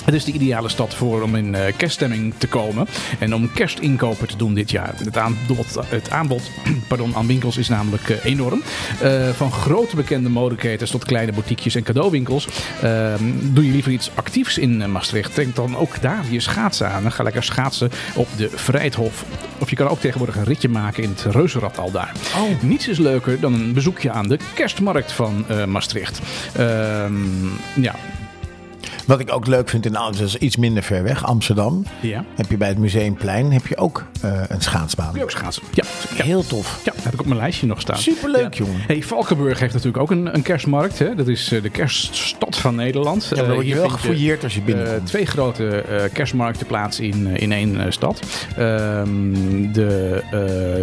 S2: Het is de ideale stad voor om in eh, kerststemming te komen en om kerstinkopen te doen dit jaar. Het aanbod, het aanbod <clears throat> pardon, aan winkels is namelijk eh, enorm. Eh, van grote bekende modeketens tot kleine boutiquejes en cadeauwinkels. Ehm, doe je liever iets actiefs in eh, Maastricht? Trek dan ook daar je schaatsen aan en ga lekker schaatsen op de Vrijthof. Of je kan ook tegenwoordig een ritje maken in het Reuzenrad al daar. Niets is leuker dan een bezoekje aan de kerstmarkt van eh, Maastricht. Ehm, ja.
S1: Wat ik ook leuk vind in Amsterdam, dat is iets minder ver weg, Amsterdam.
S2: ja.
S1: Heb je bij het Museumplein heb je ook eh, een schaatsbaan.
S2: Kun je ook schaatsen? Ja. ja.
S1: Heel tof.
S2: Ja, dat heb ik op mijn lijstje nog staan.
S1: Superleuk,
S2: ja.
S1: jongen.
S2: Hey, Valkenburg heeft natuurlijk ook een, een kerstmarkt. Hè? Dat is eh, de kerststad van Nederland.
S1: Ja, dan
S2: Eh,
S1: word je
S2: hier
S1: wel
S2: vind
S1: gefouilleerd als je
S2: eh,
S1: binnenkomt.
S2: twee grote eh, kerstmarkten plaats in, eh, in één eh, stad. Ehm, de,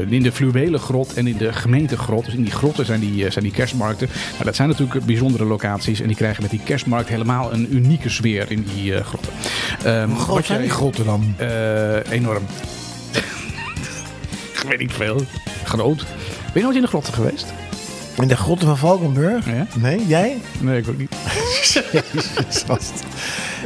S2: eh, in de fluwele grot en in de gemeentegrot. Dus in die grotten zijn die, eh, zijn die kerstmarkten. Nou, dat zijn natuurlijk bijzondere locaties. En die krijgen met die kerstmarkt helemaal een unieke sfeer in die eh, grotten. Ehm,
S1: Hoe groot
S2: wat
S1: Oh, zijn
S2: jij-
S1: die grotten dan?
S2: eh, enorm. <laughs> Ik weet niet veel. Groot. Ben je nooit in de grotten geweest?
S1: In de grotten van Valkenburg?
S2: Ja.
S1: Nee, jij?
S2: Nee, ik ook niet.
S1: Jezus, gast.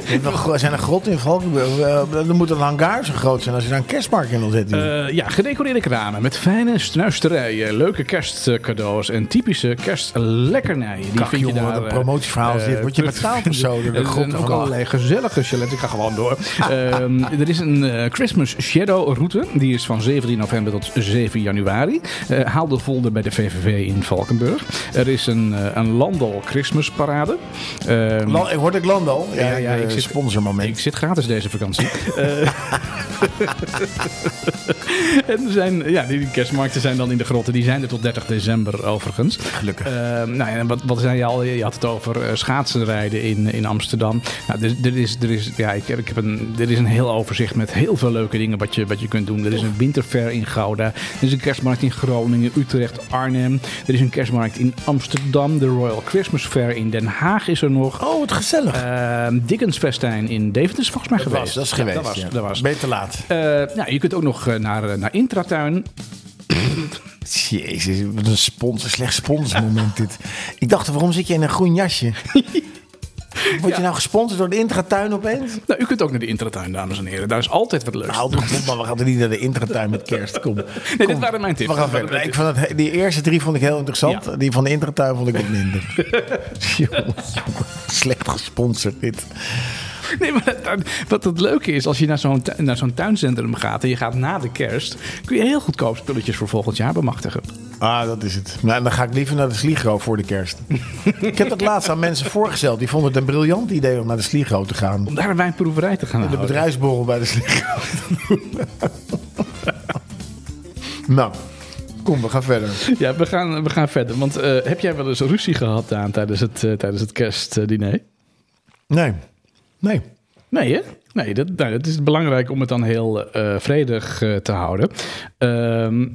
S1: Je hebt wel gro- zijn er grotten in Valkenburg? Eh, dan moet een hangar zo groot zijn als je daar een kerstmarkt in wil zetten.
S2: Eh, ja, gedecoreerde kramen met fijne snuisterijen, leuke kerstcadeaus en typische kerstlekkernijen. Die
S1: Kak,
S2: vind je
S1: jongen,
S2: daar.
S1: wat een
S2: eh,
S1: promotieverhaal is dit.
S2: eh,
S1: Word
S2: <laughs>
S1: je
S2: terug-
S1: betaald of zo? door de
S2: Er
S1: grotten
S2: zijn ook
S1: van-
S2: allerlei gezellige chalets. Ik ga gewoon door. Ehm, er is een eh, Christmas Shadow route. Die is van 17 november tot 7 januari. Eh, haal de folder bij de VVV in Valkenburg. Er is een, eh, een Landal Christmas parade. Ehm,
S1: Lan- ik hoorde ik Landal. Ja,
S2: Ja, ja,
S1: de
S2: ik zit-
S1: sponsormoment.
S2: ik zit gratis deze vakantie. Eh, <laughs> en er zijn, ja, die kerstmarkten zijn dan in de grotten. Die zijn er tot 30 december overigens.
S1: Gelukkig.
S2: Eh, nou, ja, en wat, wat zei je al? Je had het over eh, schaatsenrijden in, in Amsterdam. Nou, er, er is, er, is, ja, ik heb, ik heb een, er is een heel overzicht met heel veel leuke dingen wat je, wat je kunt doen. Er is een winterfair in Gouda. Er is een kerstmarkt in Groningen, Utrecht, Arnhem. Er is een kerstmarkt in Amsterdam. De Royal Christmas Fair in Den Haag is er nog.
S1: Oh, wat gezellig.
S2: Ehm Dickensfestijn in Deventer is volgens mij
S1: dat was,
S2: geweest.
S1: dat is
S2: Ja,
S1: geweest.
S2: dat was,
S1: ja.
S2: dat was.
S1: Ben je te laat?
S2: Eh, nou, je kunt ook nog eh, naar, eh, naar Intratuin.
S1: Jezus, wat een sponsor, slecht sponsormoment dit. Ik dacht, waarom zit je in een groen <laughs> jasje? Word je nou gesponsord door de Intratuin opeens?
S2: Nou, u kunt ook naar de Intratuin, dames en heren. Daar is altijd wat leuks.
S1: Houd toch op, maar we gaan er niet naar de Intratuin met kerst. Nou, <laughs> Kom.
S2: nee, dit waren mijn tips.
S1: We gaan verder. Ik vond het, die eerste drie vond ik heel interessant.
S2: Ja.
S1: Die van de Intratuin vond ik wat <laughs> minder. jongen, jongen, slecht gesponsord dit.
S2: Nee, maar dat- wat het leuke is, als je naar zo'n, tu- naar zo'n tuincentrum gaat en je gaat na de kerst, kun je heel goedkoop spulletjes voor volgend jaar bemachtigen.
S1: Ah, dat is het. Nou, dan ga ik liever naar de Sligo voor de <laughs> kerst. ik heb dat laatst aan mensen voorgesteld. Die vonden het een briljant idee om naar de Sligo te gaan.
S2: Om daar een wijnproeverij te gaan
S1: De
S2: houden.
S1: bedrijfsborrel bij de Sligo. <laughs> nou, kom, we gaan verder.
S2: Ja, we gaan, we gaan verder. Want eh, heb jij wel eens ruzie gehad, Daan, tijdens het, eh, tijdens het kerstdiner?
S1: Nee, nee.
S2: Nee, hè? Nee, dat, nou, het is belangrijk om het dan heel eh, vredig eh, te houden. Ehm,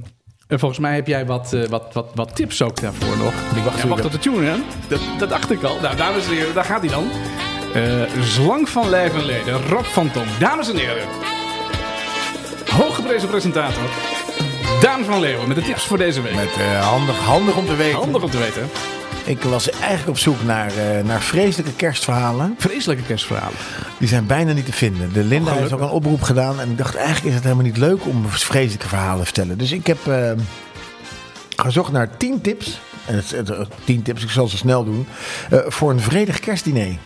S2: en volgens mij heb jij wat, eh, wat, wat, wat tips ook daarvoor nog. Ik wacht,
S1: even.
S2: wacht op de tune, hè? Dat, dat dacht ik al. Nou, dames en heren, daar gaat hij dan. Eh Slang van lijf en leden, Rob van Tom. Dames en heren, hooggeprezen presentator Daan van Leeuwen met de tips voor deze week.
S1: Met, eh, handig, handig om te weten.
S2: Handig om te weten. hè?
S1: Ik was eigenlijk op zoek naar, eh, naar vreselijke kerstverhalen.
S2: Vreselijke kerstverhalen.
S1: Die zijn bijna niet te vinden. De Linda heeft ook een oproep gedaan. En ik dacht, eigenlijk is het helemaal niet leuk om vreselijke verhalen te vertellen. Dus ik heb eh, gezocht naar 10 tips. En het, het- het- 10 tips, ik zal ze snel doen. eh, voor een vredig kerstdiner.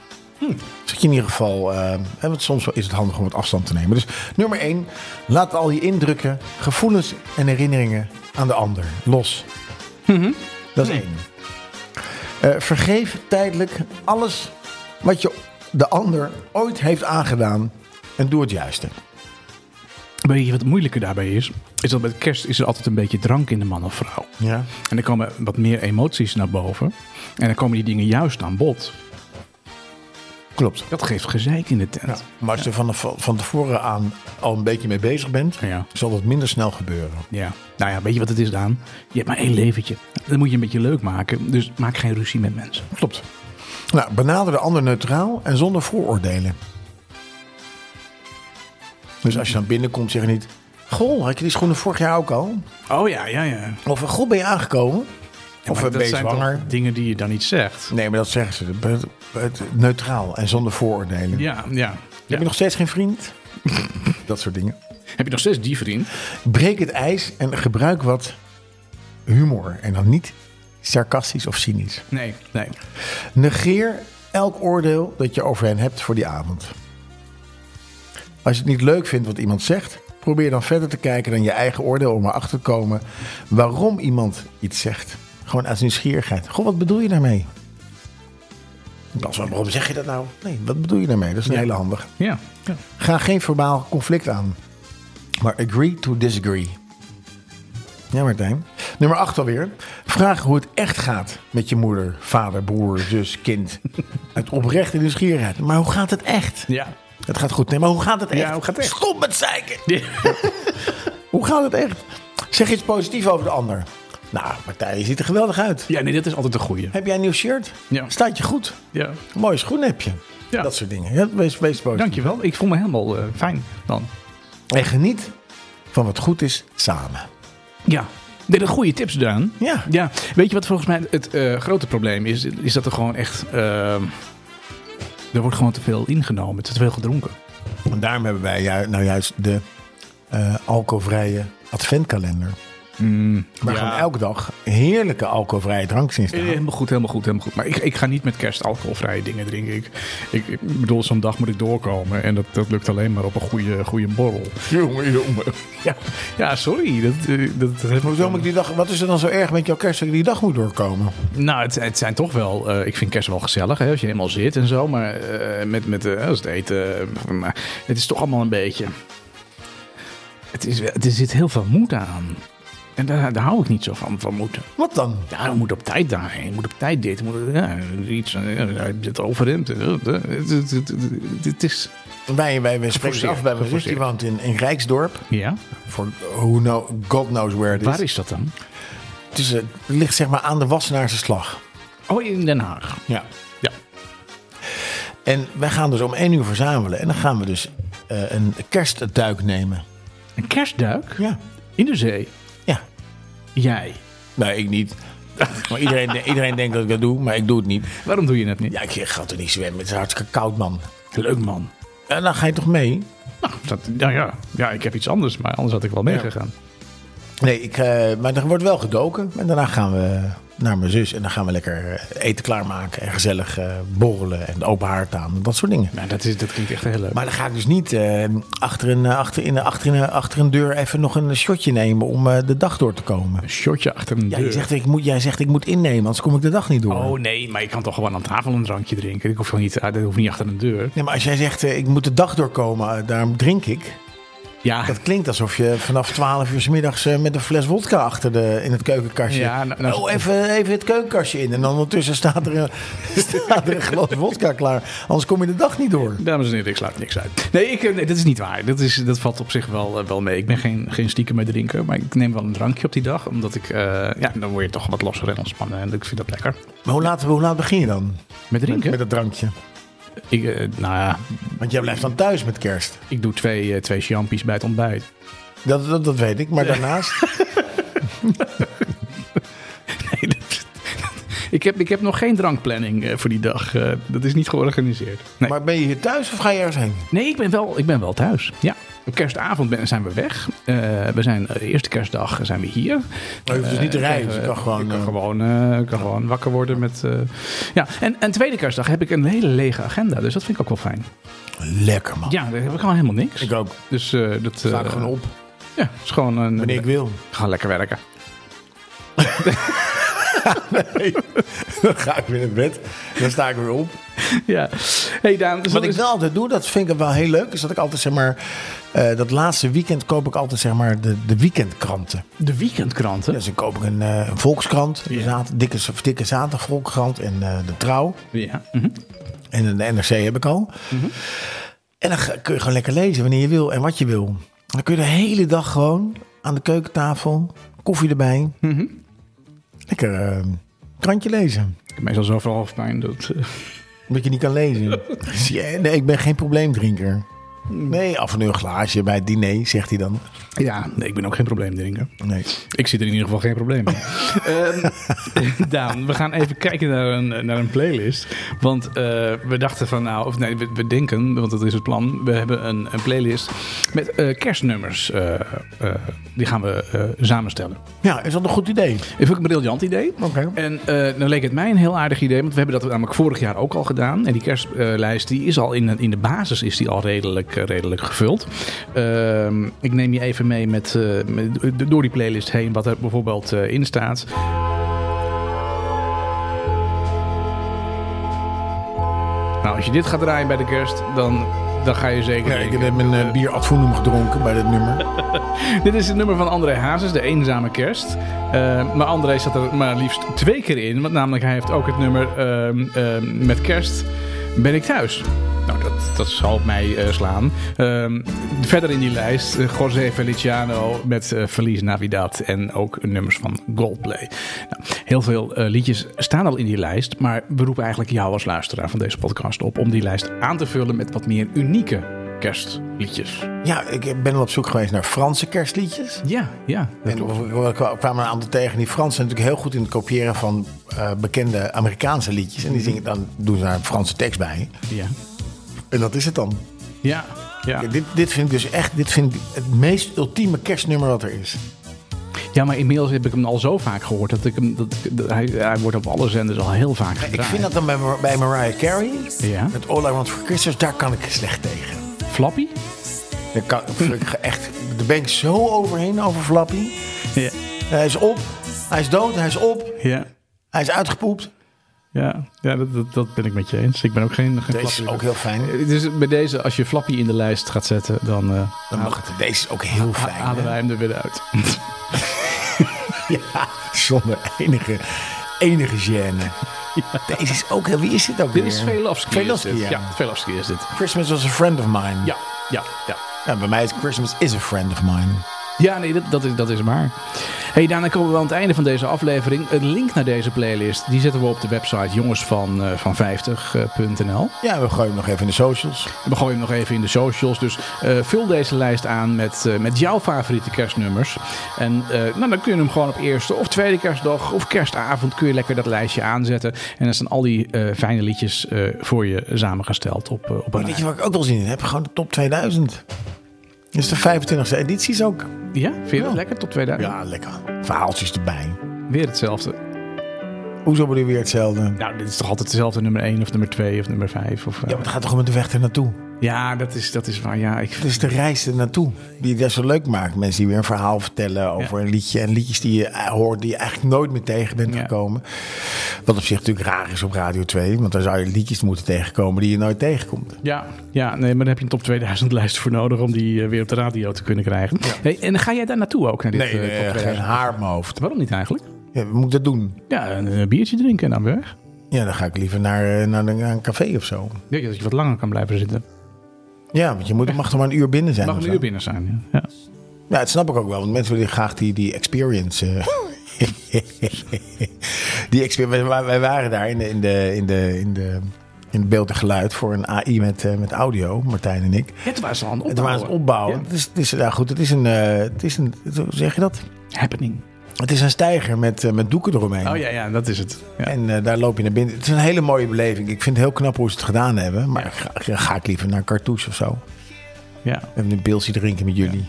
S1: Zodat je in ieder geval. eh, hè, want soms is het handig om wat afstand te nemen. Dus nummer 1. Laat al je indrukken, gevoelens en herinneringen aan de ander los. Dat is één. Eh, vergeef tijdelijk alles wat je de ander ooit heeft aangedaan. En doe het juiste.
S2: Weet je wat moeilijker daarbij is? Is dat met kerst is er altijd een beetje drank in de man of vrouw.
S1: Ja.
S2: En er komen wat meer emoties naar boven. En dan komen die dingen juist aan bod.
S1: Klopt.
S2: Dat geeft gezeik in de tent.
S1: Maar als je er van, van tevoren aan al een beetje mee bezig bent,
S2: Ja.
S1: zal dat minder snel gebeuren.
S2: Ja. Nou ja, weet je wat het is, Daan? Je hebt maar één leventje. Dat moet je een beetje leuk maken. Dus maak geen ruzie met mensen.
S1: Klopt. Nou, benader de ander neutraal en zonder vooroordelen. Dus als je dan binnenkomt, zeg je niet... Goh, had je die schoenen vorig jaar ook al?
S2: Oh ja, ja, ja.
S1: Of goed ben je aangekomen? of ben je zwanger?
S2: dingen die je dan niet zegt.
S1: Nee, maar dat zeggen ze. Het- het- Neutraal en zonder vooroordelen.
S2: Ja, ja.
S1: Heb je nog steeds geen vriend? <laughs> dat soort dingen.
S2: Heb je nog steeds die vriend?
S1: Breek het ijs en gebruik wat humor. En dan niet sarcastisch of cynisch.
S2: Nee, nee.
S1: Negeer elk oordeel dat je over hen hebt voor die avond. Als je het niet leuk vindt wat iemand zegt, probeer dan verder te kijken dan je eigen oordeel om erachter te komen waarom iemand iets zegt. Gewoon uit nieuwsgierigheid. Goh, wat bedoel je daarmee? Dan zo, waarom zeg je dat nou? Nee, wat bedoel je daarmee? Dat is een hele handige.
S2: Ja.
S1: <laughs>
S2: ja.
S1: Ga geen verbaal conflict aan. Maar agree to disagree. Ja, Martijn. Nummer 8 alweer. Vraag hoe het echt gaat met je moeder, vader, broer, zus,
S2: <laughs>
S1: kind. Uit oprechte nieuwsgierigheid. Maar hoe gaat het echt?
S2: Ja.
S1: Het gaat goed, nee, maar hoe gaat het echt?
S2: Ja, hoe gaat het echt?
S1: Stop met zeiken! Hoe gaat het echt? Zeg iets positiefs over de ander. Nou, Martijn, je ziet er geweldig uit.
S2: Ja, nee, dat is altijd de goeie.
S1: Heb jij een nieuw shirt?
S2: Ja.
S1: Staat je goed?
S2: Ja.
S1: Mooie schoen heb je.
S2: Ja.
S1: Dat soort dingen. Ja, wees, wees positief.
S2: Dankjewel. Ik voel me helemaal eh, fijn dan.
S1: En geniet van wat goed is samen.
S2: Ja. Nee, dat goede tips, Daan.
S1: Ja.
S2: ja. Weet je wat volgens mij het eh, grote probleem is? Is dat er gewoon echt... eh, er wordt gewoon te veel ingenomen, te veel gedronken.
S1: En daarom hebben wij ju- nou juist de eh, alcoholvrije adventkalender. Waar
S2: Mm. ja.
S1: gewoon elke dag heerlijke alcoholvrije dranks in staan.
S2: Helemaal goed, helemaal goed, helemaal goed. Maar ik, ik ga niet met kerst alcoholvrije dingen drinken. Ik, ik, ik bedoel, zo'n dag moet ik doorkomen. En dat, dat lukt alleen maar op een goede, goede borrel.
S1: Jongen, jongen.
S2: Ja, ja sorry. Dat, eh, dat, dat heeft me
S1: Hoezo moet ik die dag, wat is er dan zo erg met jouw kerst dat je die dag moet doorkomen?
S2: Nou, het, het zijn toch wel. eh, ik vind kerst wel gezellig hè, als je helemaal zit en zo. Maar eh, met, met eh, als het eten. eh, maar het is toch allemaal een beetje. Het is, wel- er zit heel veel moed aan. En daar, daar hou ik niet zo van, van moed.
S1: Wat dan?
S2: Ja, je moet op tijd daarheen. Je moet op tijd dit. je Moet, ja, iets, eh, hij zit overend. eh, eh, Het het- het- het- het is...
S1: Wij, wij, wij spreken
S2: Geforceerd,
S1: af bij mijn zus, die
S2: geforceerd.
S1: woont in, in Rijksdorp.
S2: Ja?
S1: Voor who know, God knows where it is.
S2: Waar is dat dan?
S1: Het, is, eh, het ligt zeg maar aan de Wassenaarse slag.
S2: Oh, in Den Haag.
S1: Ja.
S2: Ja.
S1: En wij gaan dus om één uur verzamelen. En dan gaan we dus eh, een kerstduik nemen.
S2: Een kerstduik
S1: Ja.
S2: in de zee.
S1: Ja.
S2: Jij.
S1: Nee, ik niet. Maar iedereen, iedereen denkt dat ik dat doe, maar ik doe het niet.
S2: Waarom doe je het niet?
S1: Ja, ik ga toch niet zwemmen. Het is hartstikke koud, man.
S2: Leuk man.
S1: En dan ga je toch mee?
S2: Nou, dat, nou ja. ja, ik heb iets anders, maar anders had ik wel meegegaan.
S1: Nee, ik, eh, maar er wordt wel gedoken. En daarna gaan we naar mijn zus. En dan gaan we lekker eh, eten klaarmaken. En gezellig eh, borrelen. En open haard aan. en Dat soort dingen.
S2: Nou, dat, is, dat klinkt echt heel leuk.
S1: Maar dan ga ik dus niet eh, achter, een, eh, achter, in, achter, een, achter een deur even nog een shotje nemen om eh, de dag door te komen.
S2: een shotje achter een
S1: Ja,
S2: deur.
S1: je zegt, ik moet, jij zegt ik moet innemen, anders kom ik de dag niet door.
S2: Oh nee, maar je kan toch gewoon aan tafel een drankje drinken. Ik hoef toch niet, ah, dat hoeft niet achter een deur.
S1: Nee, maar als jij zegt, eh, ik moet de dag doorkomen, eh, daarom drink ik.
S2: Ja,
S1: Dat klinkt alsof je vanaf 12 uur s middags eh, met een fles wodka achter de, in het keukenkastje.
S2: Ja, nou- nou-
S1: oh, even, even het keukenkastje in. En ondertussen staat er, een, <laughs> staat er een glas wodka klaar. Anders kom je de dag niet door.
S2: Dames en heren, ik sluit niks uit. Nee, ik, eh, nee dat is niet waar. Dat, is, dat valt op zich wel, eh, wel mee. Ik ben geen, geen stiekem met drinken, maar ik neem wel een drankje op die dag. Omdat ik, eh, ja, dan word je toch wat losser en ontspannen. En ik vind dat lekker.
S1: Maar hoe laat, hoe laat begin je dan?
S2: Met drinken?
S1: Met dat drankje.
S2: Ik, eh, nou ja,
S1: Want jij blijft dan thuis met kerst.
S2: ik doe twee, eh, twee champies bij het ontbijt.
S1: Dat, dat, dat weet ik, maar daarnaast...
S2: Nee, dat- <laughs> ik, heb, ik heb nog geen drankplanning eh, voor die dag. Eh, dat is niet georganiseerd. Nee,
S1: Maar ben je hier thuis of ga je ergens heen?
S2: nee ik, ben wel, ik ben wel thuis. Ja. Op kerstavond ben, zijn we weg. Eh, we zijn, eh, eerste kerstdag zijn we hier. Eh,
S1: Maar je hoeft dus niet te rijden, dus je kan gewoon...
S2: Ik kan
S1: eh,
S2: gewoon, eh, ik kan gewoon wakker worden met. eh, ja, en, en tweede kerstdag heb ik een hele lege agenda, dus dat vind ik ook wel fijn.
S1: Lekker, man.
S2: Ja, daar heb ik gewoon helemaal niks.
S1: Ik ook.
S2: Dus eh dat.
S1: Sta er
S2: eh,
S1: gewoon op,
S2: Ja, is gewoon een.
S1: wanneer ik wil.
S2: Ga lekker werken. <laughs>
S1: <laughs> Dan ga ik weer naar bed, dan sta ik weer op.
S2: ja. Hey Daan,
S1: Wat
S2: dus dat
S1: ik
S2: is-
S1: wel altijd doe, dat vind ik wel heel leuk, is dat ik altijd zeg maar... eh, dat laatste weekend koop ik altijd zeg maar de, de weekendkranten.
S2: de weekendkranten.
S1: Dus dan koop ik een, eh, een Volkskrant, een
S2: Ja.
S1: zaad- dikke, dikke zaterdag Volkskrant en eh, de Trouw.
S2: Ja. mhm.
S1: En de NRC heb ik al. En dan ga- kun je gewoon lekker lezen wanneer je wil en wat je wil. Dan kun je de hele dag gewoon aan de keukentafel, koffie erbij.
S2: Mhm.
S1: Lekker eh, krantje lezen.
S2: Ik heb meestal zoveel hoofdpijn. Dat, eh,
S1: Omdat je niet kan lezen. Zie je? nee, ik ben geen probleemdrinker. Nee, af en toe een glaasje bij het diner, zegt hij dan.
S2: ja, nee, ik ben ook geen probleemdrinker.
S1: Nee.
S2: Ik zit er in ieder geval geen probleem mee. Ehm, <laughs> Daan, we gaan even kijken naar een, naar een playlist. Want eh, we dachten van nou, of nee, we, we denken, want dat is het plan. We hebben een, een playlist met eh, kerstnummers. eh, eh, die gaan we eh, samenstellen.
S1: Ja, is dat een goed idee?
S2: Ik vond ik een briljant idee.
S1: Oké.
S2: En eh dan leek het mij een heel aardig idee, want we hebben dat namelijk vorig jaar ook al gedaan. En die kerstlijst die is al in, in de basis is die al redelijk, eh, redelijk gevuld. Ehm, ik neem je even mee met, eh, met- door die playlist heen wat er bijvoorbeeld eh, in staat. Nou, als je dit gaat draaien bij de kerst, dan, dan ga je zeker.
S1: Ja, ik
S2: denken,
S1: heb mijn eh, bier ad fundum gedronken bij dit nummer.
S2: dit is het nummer van André Hazes, De Eenzame Kerst. Eh, maar André zat er maar liefst twee keer in. Want namelijk hij heeft ook het nummer ehm, ehm, Met Kerst ben ik thuis. Nou, dat, dat zal op mij eh, slaan. Ehm, verder in die lijst, eh, José Feliciano met eh, Feliz Navidad. En ook nummers van Goldplay. Nou, heel veel eh, liedjes staan al in die lijst. Maar we roepen eigenlijk jou als luisteraar van deze podcast op... om die lijst aan te vullen met wat meer unieke kerstliedjes.
S1: Ja, ik ben wel op zoek geweest naar Franse kerstliedjes.
S2: Ja, ja.
S1: En we kwa- kwamen een aantal tegen. Die Fransen zijn natuurlijk heel goed in het kopiëren van eh, bekende Amerikaanse liedjes. En die zingen, dan doen ze daar een Franse tekst bij.
S2: ja.
S1: En dat is het dan.
S2: Ja, ja.
S1: Dit, dit vind ik dus echt dit vind ik het meest ultieme kerstnummer wat er is.
S2: ja, maar inmiddels heb ik hem al zo vaak gehoord dat ik hem. Dat, ik- dat- hij, hij wordt op alle zenders al heel vaak gedraaid.
S1: Ik vind dat dan bij, Mar- bij Mariah Carey.
S2: Ja.
S1: Met All I Want For Christmas, daar kan ik slecht tegen.
S2: Flappy?
S1: Daar, kan, ik <laughs> ga echt, daar ben ik zo overheen over Flappy.
S2: Ja.
S1: Hij is op. Hij is dood. Hij is op.
S2: Ja.
S1: Hij is uitgepoept.
S2: Ja, ja dat, dat, dat ben ik met je eens. Ik ben ook geen, geen
S1: Deze is
S2: Flappy.
S1: ook heel fijn.
S2: Dus bij deze, als je Flappy in de lijst gaat zetten, dan eh
S1: Dan mag het. nou Deze is ook heel fijn. hè?
S2: halen wij hem er weer uit.
S1: <laughs> Ja, zonder enige, enige gêne. <laughs> Deze is ook heel... Wie is dit ook
S2: dit
S1: weer?
S2: is Velofsky.
S1: Velofsky,
S2: is dit.
S1: ja.
S2: ja. Velofsky is dit.
S1: Christmas was a friend of mine.
S2: Ja, ja, ja.
S1: Ja, bij mij is Christmas is a friend of mine.
S2: Ja, nee, dat, dat, is, dat is maar. Hey, daarna komen we aan het einde van deze aflevering. Een link naar deze playlist die zetten we op de website eh, jongensvan50.nl.
S1: Ja, we gooien hem nog even in de socials.
S2: we gooien hem nog even in de socials. Dus eh, vul deze lijst aan met, eh, met jouw favoriete kerstnummers. En eh, nou, dan kun je hem gewoon op eerste of tweede kerstdag of kerstavond kun je lekker dat lijstje aanzetten. En dan staan al die eh, fijne liedjes eh, voor je samengesteld op, eh, op een
S1: Weet
S2: rij.
S1: je waar ik ook wel zin in heb? Gewoon de top 2000. Dit is de 25e editie is ook.
S2: Ja, vind je dat
S1: Ja.
S2: lekker tot 2000?
S1: Ja, lekker. Verhaaltjes erbij.
S2: Weer hetzelfde.
S1: Hoezo bedoel je weer hetzelfde? Ja,
S2: Nou, dit is toch altijd dezelfde nummer 1 of nummer 2 of nummer 5? Of, eh,
S1: maar het gaat toch om de weg er naartoe.
S2: Ja, dat is, dat is waar. Ja, ik,
S1: Het is de reis er naartoe die het zo leuk maakt. Mensen die weer een verhaal vertellen over een liedje. En liedjes die je eh, hoort die je eigenlijk nooit meer tegen bent
S2: Ja.
S1: gekomen. Wat op zich natuurlijk raar is op Radio 2. Want dan zou je liedjes moeten tegenkomen die je nooit tegenkomt.
S2: ja, ja, nee, maar daar heb je een top 2000 lijst voor nodig om die eh, weer op de radio te kunnen krijgen. Hey, en ga jij daar naartoe ook? Naar dit,
S1: Nee,
S2: eh, top
S1: eh,
S2: 2000?
S1: geen haar op mijn hoofd.
S2: Waarom niet eigenlijk?
S1: Ja, we moeten dat doen.
S2: Ja, een, een biertje drinken en dan weer weg.
S1: Ja, dan ga ik liever naar, eh, naar, een- naar een café of zo.
S2: Ik Denk dat je wat langer kan blijven zitten.
S1: Ja, want je moet, mag toch maar een uur binnen zijn.
S2: Mag
S1: of
S2: een
S1: zo?
S2: uur binnen zijn. Ja. Ja.
S1: Ja, dat snap ik ook wel. Want mensen willen graag die, die experience. eh, <laughs> die experience. Wij, wij waren daar in de, in de, in de, in de, in beeld en geluid voor een AI met, eh, met audio, Martijn en ik.
S2: Het was al een
S1: Het waren aan het opbouwen.
S2: Oh, Ja.
S1: Het is, het is, ja, goed, het is een, eh, het is een, hoe zeg je dat?
S2: Happening.
S1: Het is een stijger met, eh, met doeken eromheen.
S2: Oh ja, ja, dat is het. Ja.
S1: En eh, daar loop je naar binnen. Het is een hele mooie beleving. Ik vind het heel knap hoe ze het gedaan hebben. Maar ga, ga ik liever naar Cartouche of zo.
S2: ja.
S1: Even een pilsje drinken met jullie.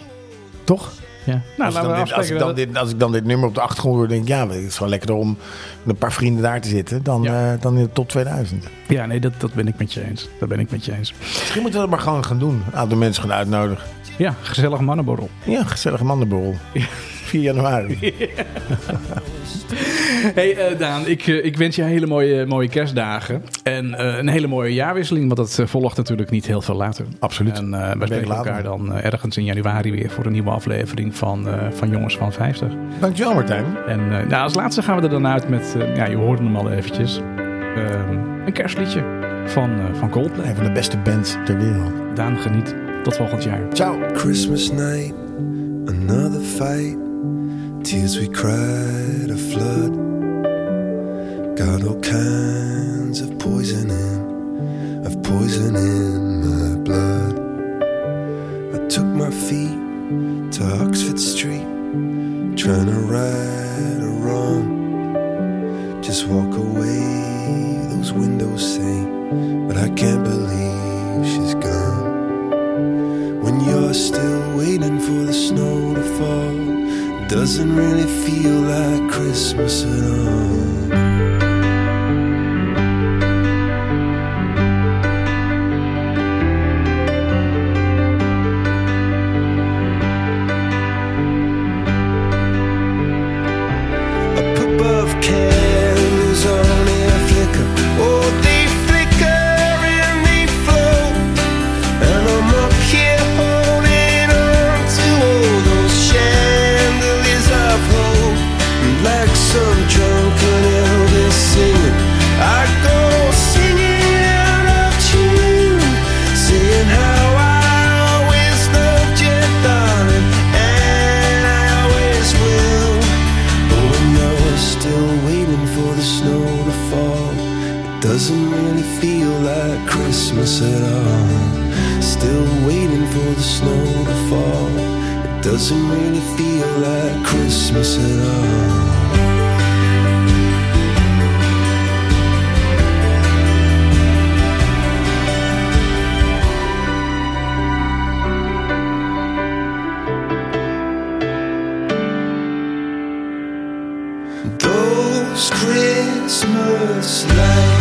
S1: Toch?
S2: ja. Nou,
S1: Als ik,
S2: laten we
S1: dan dit, als,
S2: afspreken.
S1: ik dan
S2: dat-
S1: dit, als ik dan dit nummer op de achtergrond hoor, denk ik, ja, het is wel lekkerder om met een paar vrienden daar te zitten dan,
S2: Ja.
S1: eh, dan in de top 2000.
S2: Ja, nee, dat, dat ben ik met je eens. Dat ben ik met je eens.
S1: Misschien moeten we dat maar gewoon gaan doen. Een aantal mensen gaan uitnodigen.
S2: Ja, gezellig mannenborrel.
S1: Ja, gezellige mannenborrel. 4 januari.
S2: Hey eh, Daan, ik, eh, ik wens je hele mooie, mooie kerstdagen. En eh, een hele mooie jaarwisseling, want dat eh, volgt natuurlijk niet heel veel later.
S1: Absoluut.
S2: En eh we
S1: week
S2: spreken
S1: later.
S2: elkaar dan eh, ergens in januari weer voor een nieuwe aflevering van, eh, van Jongens van 50.
S1: Dankjewel, Martijn.
S2: En eh, nou, als laatste gaan we er dan uit met, eh, ja, je hoorde hem al eventjes, Ehm, een kerstliedje van, eh, van Coldplay.
S1: Een van de beste bands ter wereld.
S2: Daan, geniet. Tot volgend jaar.
S1: Ciao.
S5: Christmas night, another fight. Tears we cried, a flood. Got all kinds of poison in, of poison in my blood. I took my feet to Oxford Street, trying to right a wrong. Just walk away, those windows say, but I can't believe she's gone. When you're still waiting for the snow to fall, doesn't really feel like Christmas at all. A pup of candles on a flicker. Oh, they flicker and they float. And I'm up here holding on to all those chandeliers I've held. And like some drunken Elvis singing, I go singing out of tune, saying how I always loved you, darling, and I always will. But when you're still waiting for the snow to fall, it doesn't really feel like Christmas at all. Still waiting for the snow to fall, it doesn't really feel like Christmas at all. Those Christmas lights. Oh, Oh,